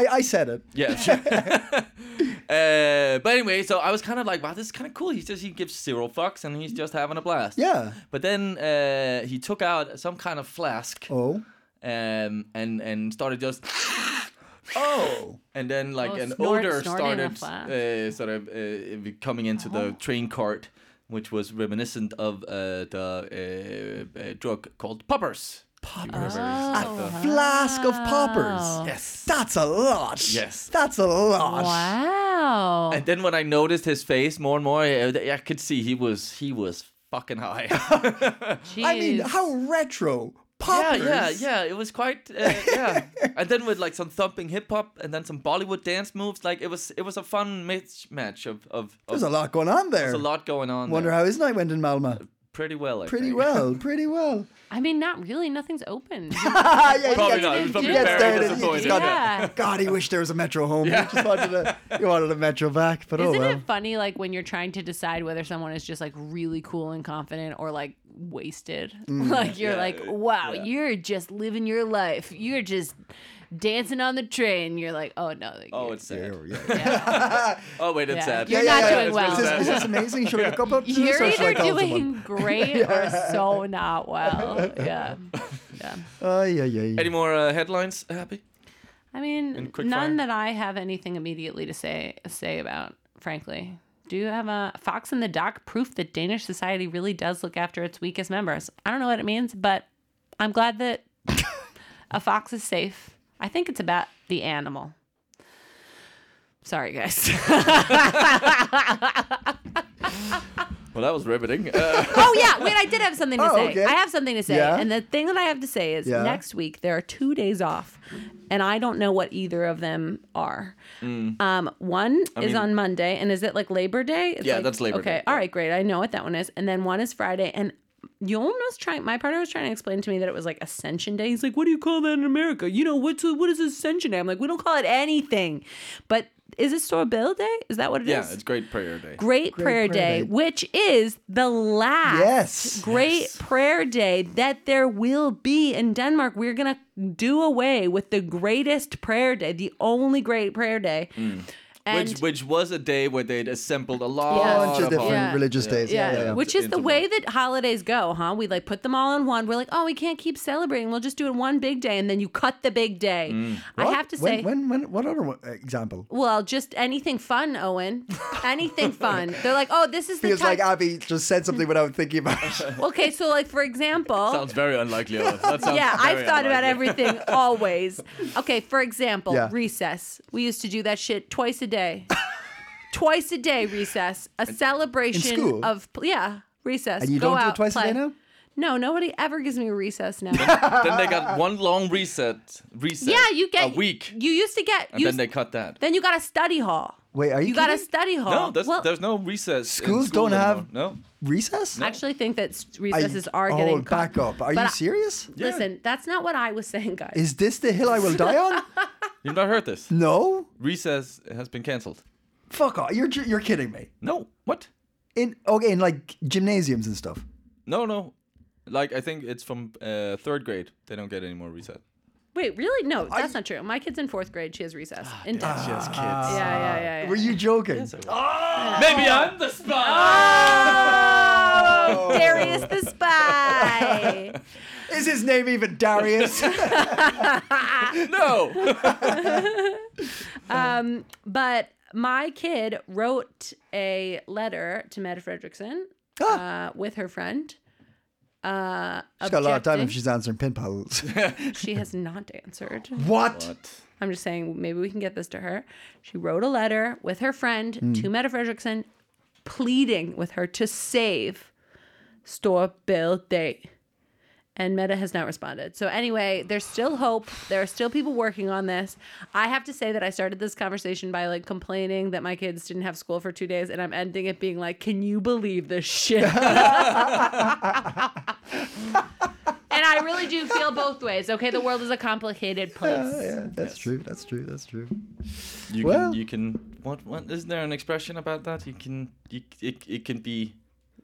A: I, I said it.
B: Yeah. sure. uh, but anyway, so I was kind of like, wow, this is kind of cool. He just he gives zero fucks and he's just having a blast.
A: Yeah.
B: But then uh, he took out some kind of flask
A: Oh.
B: um, and and started just
A: Oh.
B: and then like
C: Oh,
B: an
C: snort-
B: odor
C: snorting a
B: started
C: flask. Uh-huh.
B: uh, sort of uh, coming into the train cart, which was reminiscent of uh, the uh, uh, drug called poppers. Poppers.
C: Oh.
A: Flask of poppers.
B: Yes.
A: That's a lot.
B: Yes.
A: That's a lot.
C: Wow.
B: And then when I noticed his face more and more, I, I could see he was he was fucking high.
A: I mean,
C: Jeez.
A: how retro.
B: yeah,
A: Poppers.
B: yeah, yeah. It was quite uh, yeah. and then with like some thumping hip hop and then some Bollywood dance moves, like it was it was a fun mismatch of of, of
A: There's a lot going on there.
B: there's a lot going on.
A: Wonder
B: there.
A: how his night went in Malma.
B: pretty well. I
A: Pretty
B: think.
A: well. Pretty well.
C: I mean, not really. Nothing's open.
A: Ah, yeah, he
B: Probably
A: gets-
B: not. It was
A: he
B: probably
A: gets
B: very
A: there and he
B: disappointing.
A: just got-
C: Yeah.
A: God, he wished there was a metro home. He just wanted a, he wanted a metro back, but oh
C: Isn't
A: well.
C: it funny, like when you're trying to decide whether someone is just like really cool and confident or like wasted? like you're
B: Yeah,
C: like,
B: uh,
C: wow,
B: yeah.
C: you're just living your life. You're just dancing on the train. You're like, oh no. like,
B: Oh,
C: you're-
B: it's sad.
A: yeah, yeah.
B: Oh wait, it's
C: Yeah.
B: sad.
C: You're Yeah, not yeah, doing
A: Is
C: well.
A: this- Is this amazing? Should we look up to this
C: you're
A: or should I
C: either
A: call someone?
C: doing great or so not well. Yeah. Yeah.
A: Oh, yeah, yeah, yeah.
B: Any more uh, headlines? Happy.
C: I mean,
B: quick
C: none
B: fire?
C: that I have anything immediately to say say about, frankly. Do you have a Fox in the Dock proof that Danish society really does look after its weakest members? I don't know what it means, but I'm glad that a fox is safe. I think it's about the animal. Sorry, guys.
B: Well, that was riveting. Uh,
C: oh yeah, wait, I did have something to
A: Oh,
C: say.
A: okay.
C: I have something to say.
A: Yeah?
C: And the thing that I have to say is
A: Yeah.
C: next week there are two days off, and I don't know what either of them are. Um, one is
B: Mm. mean-
C: on Monday, and is it like Labor Day? It's
B: Yeah,
C: like-
B: that's Labor
C: okay,
B: Day,
C: all
B: yeah.
C: right, great. I know what that one is, and then one is Friday, and. You almost trying. My partner was trying to explain to me that it was like Ascension Day. He's like, "What do you call that in America? You know, what's a, what is Ascension Day?" I'm like, "We don't call it anything." But is it Sorbill Day? Is that what it is?
B: yeah, it's Great Prayer Day.
C: Great, Prayer,
A: Prayer
C: Day,
A: Day.
C: which is the last
A: Yes.
C: Great Prayer Day that there will be in Denmark. We're going to do away with the greatest prayer day, the only great prayer day. And
B: Which which was a day where they'd assembled a
A: a
B: lot
A: bunch
B: of
A: of different
C: Yeah.
A: religious days.
C: yeah,
A: Yeah, yeah.
C: which is the
B: Interval.
C: way that holidays go, huh? We like put them all in one. We're like, oh, we can't keep celebrating. We'll just do it one big day, and then you cut the big day. I
A: What?
C: have to
A: When-
C: say,
A: when, when, what other one, example?
C: well, just anything fun, Owen. anything fun. They're like, oh, this is the
A: Feels
C: time.
A: like Abby just said something without thinking about it.
C: okay, so like for example,
B: Sounds very unlikely. Owen. That sounds
C: Oh. yeah, I've
B: very
C: thought about
B: unlikely.
C: everything always. Okay, for example,
A: Yeah.
C: recess. We used to do that shit twice a day. twice a day recess, a celebration
A: school?
C: of yeah, recess.
A: And you
C: Go
A: don't do it
C: out,
A: twice a
C: play.
A: day now?
C: No, nobody ever gives me recess now.
B: then they got one long reset. Reset.
C: yeah, you get
B: a week,
C: You used to get
B: and
C: you
B: then they
C: s-
B: cut that.
C: then you got a study hall.
A: Wait, are you?
C: You got a
A: kidding?
C: study hall.
B: No, there's
C: well,
B: there's no recess. in
A: Schools
B: school
A: don't have-
B: anymore. no.
A: recess?
C: I actually think that s-
A: Are you-
C: recesses are
A: oh,
C: getting cut.
A: back up. Are
C: But
A: you
C: I-
A: serious?
B: Yeah.
C: Listen, that's not what I was saying, guys.
A: Is this the hill I will die on?
B: You've not heard this.
A: No.
B: Recess has been cancelled.
A: Fuck off. You're you're kidding me.
B: No, what?
A: In okay, in like gymnasiums and stuff.
B: No, no. Like I think it's from uh, third grade. They don't get any more reset.
C: Wait, really? No, that's not true. My kid's in fourth grade. She has recess.
A: Ah,
C: in touch.
B: Just kids.
C: yeah, yeah, yeah. yeah.
A: Uh, Were you joking?
C: Ah.
B: Maybe I'm the spy.
C: Oh, Darius the spy.
A: Oh, Is his name even Darius?
B: no.
C: But my kid wrote a letter to Mette Fredrickson
A: Ah!
C: uh, with her friend. Uh,
A: she's got a lot of time if
C: objecting-
A: she's answering pin pals.
C: she has not answered.
A: what?
C: I'm just saying, maybe we can get this to her. She wrote a letter with her friend to Mette Fredrickson, pleading with her to save Storbilde. And Meta has not responded. So, anyway, there's still hope. There are still people working on this. I have to say that I started this conversation by like complaining that my kids didn't have school for two days, and I'm ending it being like, can you believe this shit? and I really do feel both ways. Okay, the world is a complicated place.
A: Oh, Yeah, that's true. That's true. That's true.
B: You
A: Well-
B: can. You can. What? What? Isn't there an expression about that? You can. You. It, it can be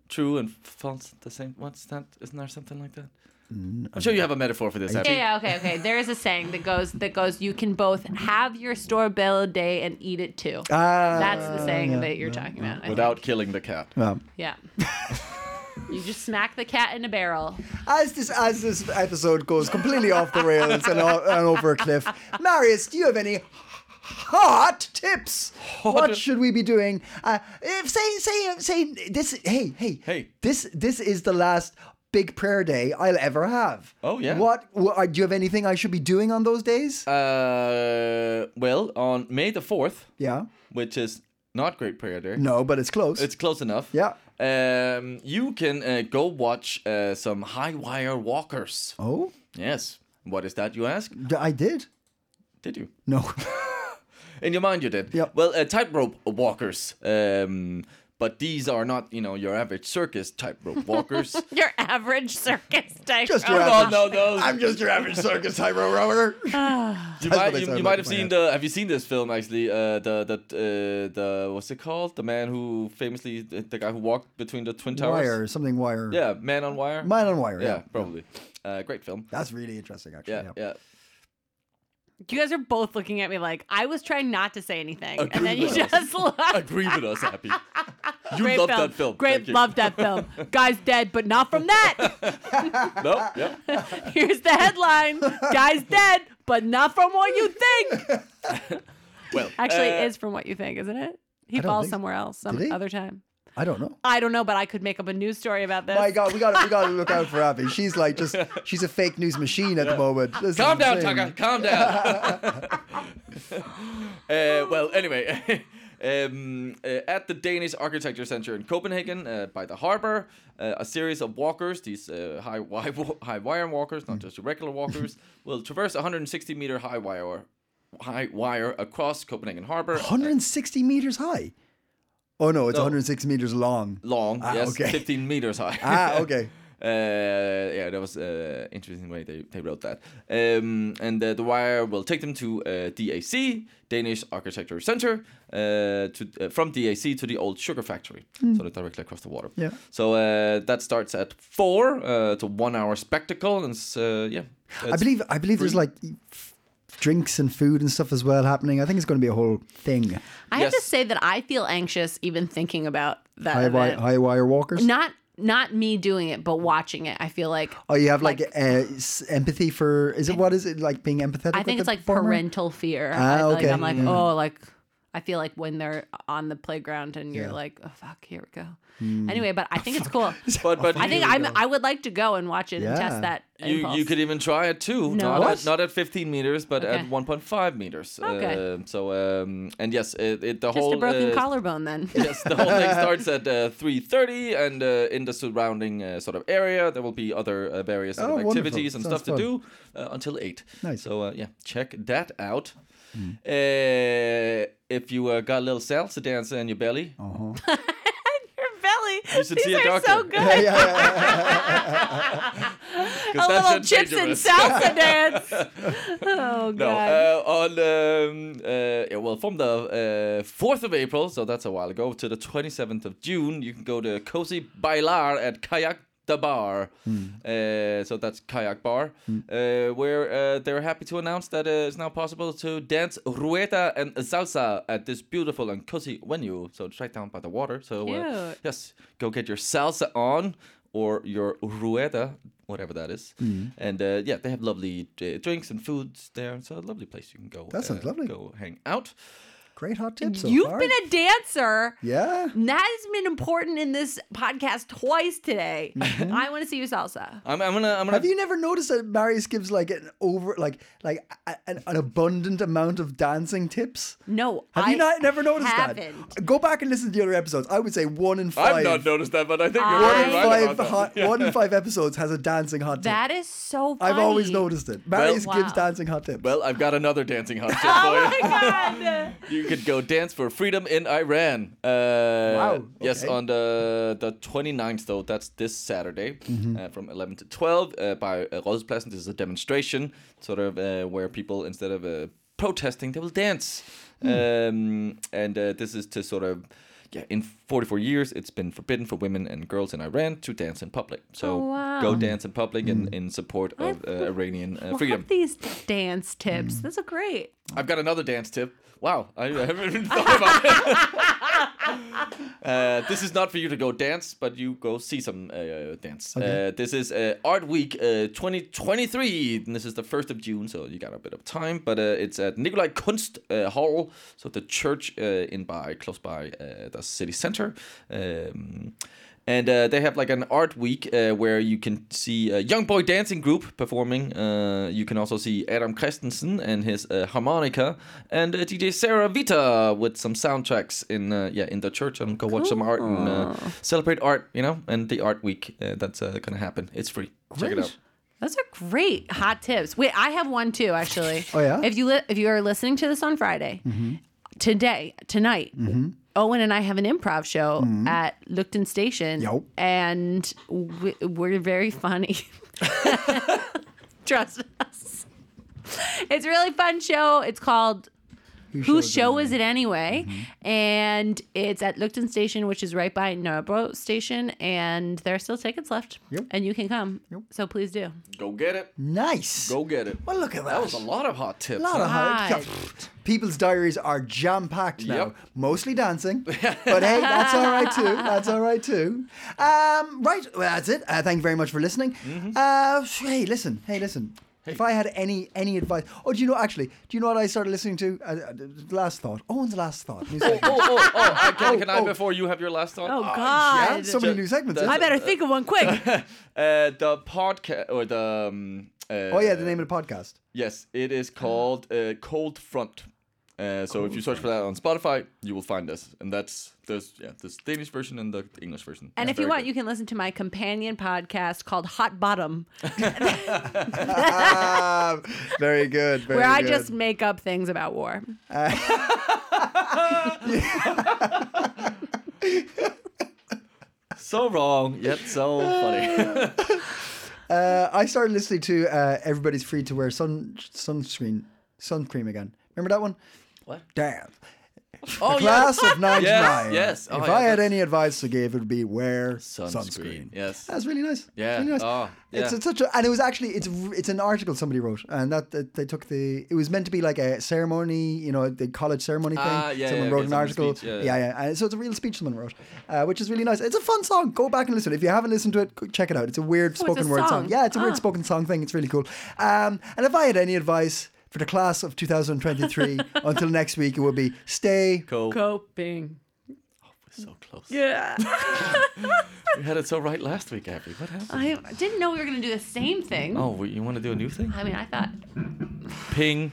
B: true and false at the same. What's that? Isn't there something like that? I'm sure you have a metaphor for this. Abby.
C: Yeah, yeah, okay, okay. There is a saying that goes that goes you can both have your store bill day and eat it too.
A: Ah,
C: That's the saying that you're talking about. I think.
B: Without killing the cat.
A: Well,
C: Yeah. you just smack the cat in a barrel.
A: as this as this episode goes completely off the rails and, o- and over a cliff, Marius, do you have any hot tips? What should we be doing? Uh, if say say say this. Hey hey
B: Hey.
A: This this is the last big prayer day I'll ever have.
B: Oh, yeah.
A: What, wh- uh do you have anything I should be doing on those days?
B: Uh. Well, on May the fourth,
A: yeah.
B: which is not Great Prayer Day.
A: No, but it's close.
B: It's close enough.
A: Yeah.
B: Um, you can uh, go watch uh, some high wire walkers.
A: oh,
B: Yes. What is that, you ask?
A: d- I did.
B: Did you?
A: No.
B: In your mind, you did.
A: Yep.
B: Well, uh, tightrope walkers. Um, but these are not, you know, your average circus tightrope walkers. Oh,
C: Your average circus day.
A: Just your
B: We
A: average-
B: all know those.
A: I'm just your average circus tyro rower.
B: you
A: That's what
B: might,
A: they sound
B: you, you
A: like
B: might have
A: in my
B: seen the. Have you seen this film actually? Uh, the the uh, the what's it called? The man who famously the, the guy who walked between the twin towers.
A: Wire, something wire.
B: Yeah, Man on Wire.
A: Mine on wire.
B: yeah,
A: Yeah.
B: probably. Uh, great film.
A: That's really interesting, actually.
B: Yeah, yeah.
C: You guys are both looking at me like I was trying not to say anything,
B: Agree
C: and then you
B: with us.
C: just looked.
B: Agree with us, Happy. You
C: Great
B: love
C: film.
B: that film.
C: Great,
B: Thank you.
C: love that film. Guy's dead, but not from that.
B: No, yeah.
C: Here's the headline: Guy's dead, but not from what you think.
B: Well,
C: Actually,
B: uh,
C: it is from what you think, isn't it? He
A: I don't
C: falls
A: think-
C: somewhere else some
A: Did he?
C: other time.
A: I don't know.
C: I don't know, but I could make up a news story about this.
A: Oh My God, we got we got to look out for Abby. She's like just she's a fake news machine at the moment. This is
B: Calm down,
A: insane.
B: Tucker. Calm down. uh, well, anyway, um, uh, at the Danish Architecture Center in Copenhagen, uh, by the harbor, uh, a series of walkers, these uh, high, wi- high wire walkers, not just your regular walkers, will traverse 160 meter high wire, high wire across Copenhagen harbor.
A: 160 meters high. Oh no, it's 106 meters long.
B: Long,
A: Ah,
B: yes,
A: okay.
B: 15 meters high.
A: Ah, okay.
B: Uh, yeah, that was uh, interesting way they, they wrote that. Um, and uh, the wire will take them to uh, DAC, Danish Architecture Center, uh, to uh, from DAC to the old sugar factory,
C: Mm.
B: sort of directly across the water.
A: Yeah.
B: So uh, that starts at four. Uh, it's a one-hour spectacle, and it's, uh, yeah,
A: I believe I believe there's like f- drinks and food and stuff as well happening. I think it's going to be a whole thing.
C: I have
B: Yes.
C: to say that I feel anxious even thinking about that.
A: High, wi-
C: event.
A: high wire walkers.
C: Not not me doing it, but watching it. I feel like
A: Oh, you have like, uh, s- empathy for is it what is it like being empathetic?
C: I
A: with
C: think
A: the
C: it's like
A: performer?
C: parental fear.
A: Ah,
C: I feel
A: okay.
C: like I'm like,
A: Mm.
C: oh, like I feel like when they're on the playground and you're like, oh fuck, here
A: Hmm.
C: we go. Anyway, but I think it's cool.
B: But but
C: I think I'm I would like to go and watch it and
A: Yeah.
C: test that
B: You, you
C: impulse.
B: could even try it too.
C: No.
B: Not,
A: What?
B: at, not at 15 meters, but at
C: Okay.
B: 1.5 meters.
C: Okay.
B: Um, so um, and yes, it, it the
C: Just
B: whole
C: a broken
B: uh,
C: collarbone then.
B: Yes, the whole thing starts at uh, 3:30, and uh, in the surrounding uh, sort of area, there will be other uh, various sort
A: Oh,
B: of
A: wonderful.
B: activities and
A: Sounds
B: stuff to do uh, until eight.
A: Nice. Hmm.
B: So uh, yeah, check that out. Uh, if you uh, got a little salsa dance in your belly,
A: Oh.
C: Your belly.
B: should
C: These
B: see a
C: are so
B: doctor.
C: good.
A: yeah, yeah, yeah.
B: because
C: a
B: that's
C: little
B: just
C: chips and
B: dangerous.
C: salsa dance. Oh god.
B: No, uh, on um, uh, yeah, well, from the uh, fourth of April, so that's a while ago, to the twenty seventh of June, you can go to Cozy Bailar at Kayak the Bar.
C: Hmm.
B: Uh, so that's Kayak Bar, uh, where uh, they're happy to announce that uh, it's now possible to dance rueda and salsa at this beautiful and cozy venue. So it's right down by the water. So uh,
C: Cute.
B: yes, go get your salsa on or your rueda, whatever that is.
A: Mm.
B: And uh, yeah, they have lovely uh, drinks and foods there. It's a lovely place you can go.
A: That sounds
B: uh,
A: lovely.
B: Go hang out.
A: Great hot tips. So
C: You've
A: far.
C: been a dancer.
A: yeah.
C: That has been important in this podcast twice today.
A: Mm-hmm.
C: I want to see you salsa.
B: I'm, I'm gonna. I'm gonna.
A: Have you never noticed that Marius gives like an over, like like a, an, an abundant amount of dancing tips?
C: No,
A: Have
C: I
A: you not never noticed
C: haven't.
A: that? Go back and listen to the other episodes. I would say one in 5
B: I've not noticed that, but I think you're
C: One
A: one
B: right
A: in
C: I-
B: about
A: five
B: that.
A: hot, one in five episodes has a dancing hot tip.
C: That is so. Funny.
A: I've always noticed it. Marius gives
C: Wow.
A: dancing hot tips.
B: Well, I've got another dancing hot tip
C: Oh
B: for you.
C: my
B: You could go dance for freedom in Iran. Uh,
A: Wow,
B: Yes,
A: okay.
B: on the the 29th, though, that's this Saturday
A: Mm-hmm.
B: uh, from 11 to 12 uh, by uh, Rådhuspladsen. This is a demonstration, sort of uh, where people, instead of uh, protesting, they will dance.
A: Hmm.
B: Um, and uh, this is to sort of, yeah, in 44 years, it's been forbidden for women and girls in Iran to dance in public. So
C: Oh, wow.
B: go dance in public
A: Hmm.
B: in, in support of uh, Iranian uh,
C: god!
B: freedom.
C: Love these dance tips.
A: Mm-hmm.
C: Those are great.
B: I've got another dance tip. Wow, I, I haven't even thought about it. uh, this is not for you to go dance, but you go see some uh, dance. Uh, this is uh, Art Week uh, 2023, and this is the 1st of June, so you got a bit of time. But uh, it's at Nikolai Kunst uh, Hall, so the church uh, in by close by uh, the city center. Um, and uh, they have like an art week uh, where you can see a young boy dancing group performing. Uh, you can also see Adam Christensen and his uh, harmonica, and uh, DJ Sarah Vita with some soundtracks in uh, yeah in the church and go watch some art and uh, celebrate art, you know, and the art week uh, that's uh, gonna happen. It's free. Check it
A: Great.
B: out.
C: Those are great hot tips. Wait, I have one too, actually.
A: Oh, yeah?
C: If you li- if you are listening to this on Friday, today, tonight, Owen and I have an improv show at Lupton Station,
A: Yo.
C: and we- we're very funny. Trust us. It's a really fun show. It's called Whose Show Is It Anyway? Mm-hmm. And it's at Lupton Station, which is right by Narborough Station. And there are still tickets left.
A: Yep.
C: And you can come. So please do.
B: Go get it.
A: Nice.
B: Go get it.
A: Well, look at that.
B: That was a lot of hot tips.
A: lot of
B: huh?
A: hard. People's diaries are jam packed now.
B: Yep.
A: Mostly dancing, but hey, that's all right too. That's all right too. Um, right, well, that's it. Uh, thank you very much for listening. Uh, hey, listen, hey, listen. If I had any any advice, oh, do you know actually? Do you know what I started listening to? Uh, Uh, last thought. Owen's last thought. New segment.
B: oh, oh, oh, I can, can I
A: oh.
B: before you have your last thought?
C: Oh,
B: Ah,
C: God.
A: yeah, so many new segments.
C: I better think of one quick.
B: Uh, the podcast or the. Um, uh,
A: oh yeah, the name of Ah. the podcast.
B: Yes, it is called uh, Cold Front. Uh, so if you search for that on Spotify, you will find us, and that's there's yeah this Danish version and the English version.
C: And if you want, you can listen to my companion podcast called Hot Bottom,
A: Ah, very good. Very
C: where I
A: good.
C: just make up things about war.
B: can so wrong yet so funny.
A: Uh, I started listening to uh, "Everybody's Free to Wear Sun Sunscreen Sun Cream" again. Remember that one?
B: What?
A: Damn.
B: oh
A: Class of '99.
B: yes. Oh,
A: if
B: yeah,
A: I had
B: that's-
A: any advice to give, it would be wear
B: Sunscreen,
A: sunscreen.
B: yes.
A: That's really nice. It's
B: Yeah,
A: Really nice.
B: oh,
A: It's,
B: yeah.
A: it's such a, and it was actually it's r- it's an article somebody wrote, and that, that they took the it was meant to be like a ceremony, you know, the college ceremony thing.
B: Ah, yeah,
A: someone
B: yeah,
A: wrote
B: okay,
A: an
B: someone's
A: article.
B: speech, yeah,
A: yeah, yeah. And so it's a real speech someone wrote, uh, which is really nice. It's a fun song. Go back and listen. If you haven't listened to it, go check it out. It's a weird
C: Oh, it's a
A: spoken word
C: song. Ah.
A: song. Yeah, it's a weird spoken song thing. It's really cool. Um, and if I had any advice for the class of 2023 until next week, it would be stay
B: Cool.
C: Coping.
B: So close.
C: Yeah.
B: We had it so right last week, Abby. What happened?
C: I didn't know we were going to do the same thing.
B: Oh, we, you want to do a new thing?
C: I mean, I thought
B: Ping.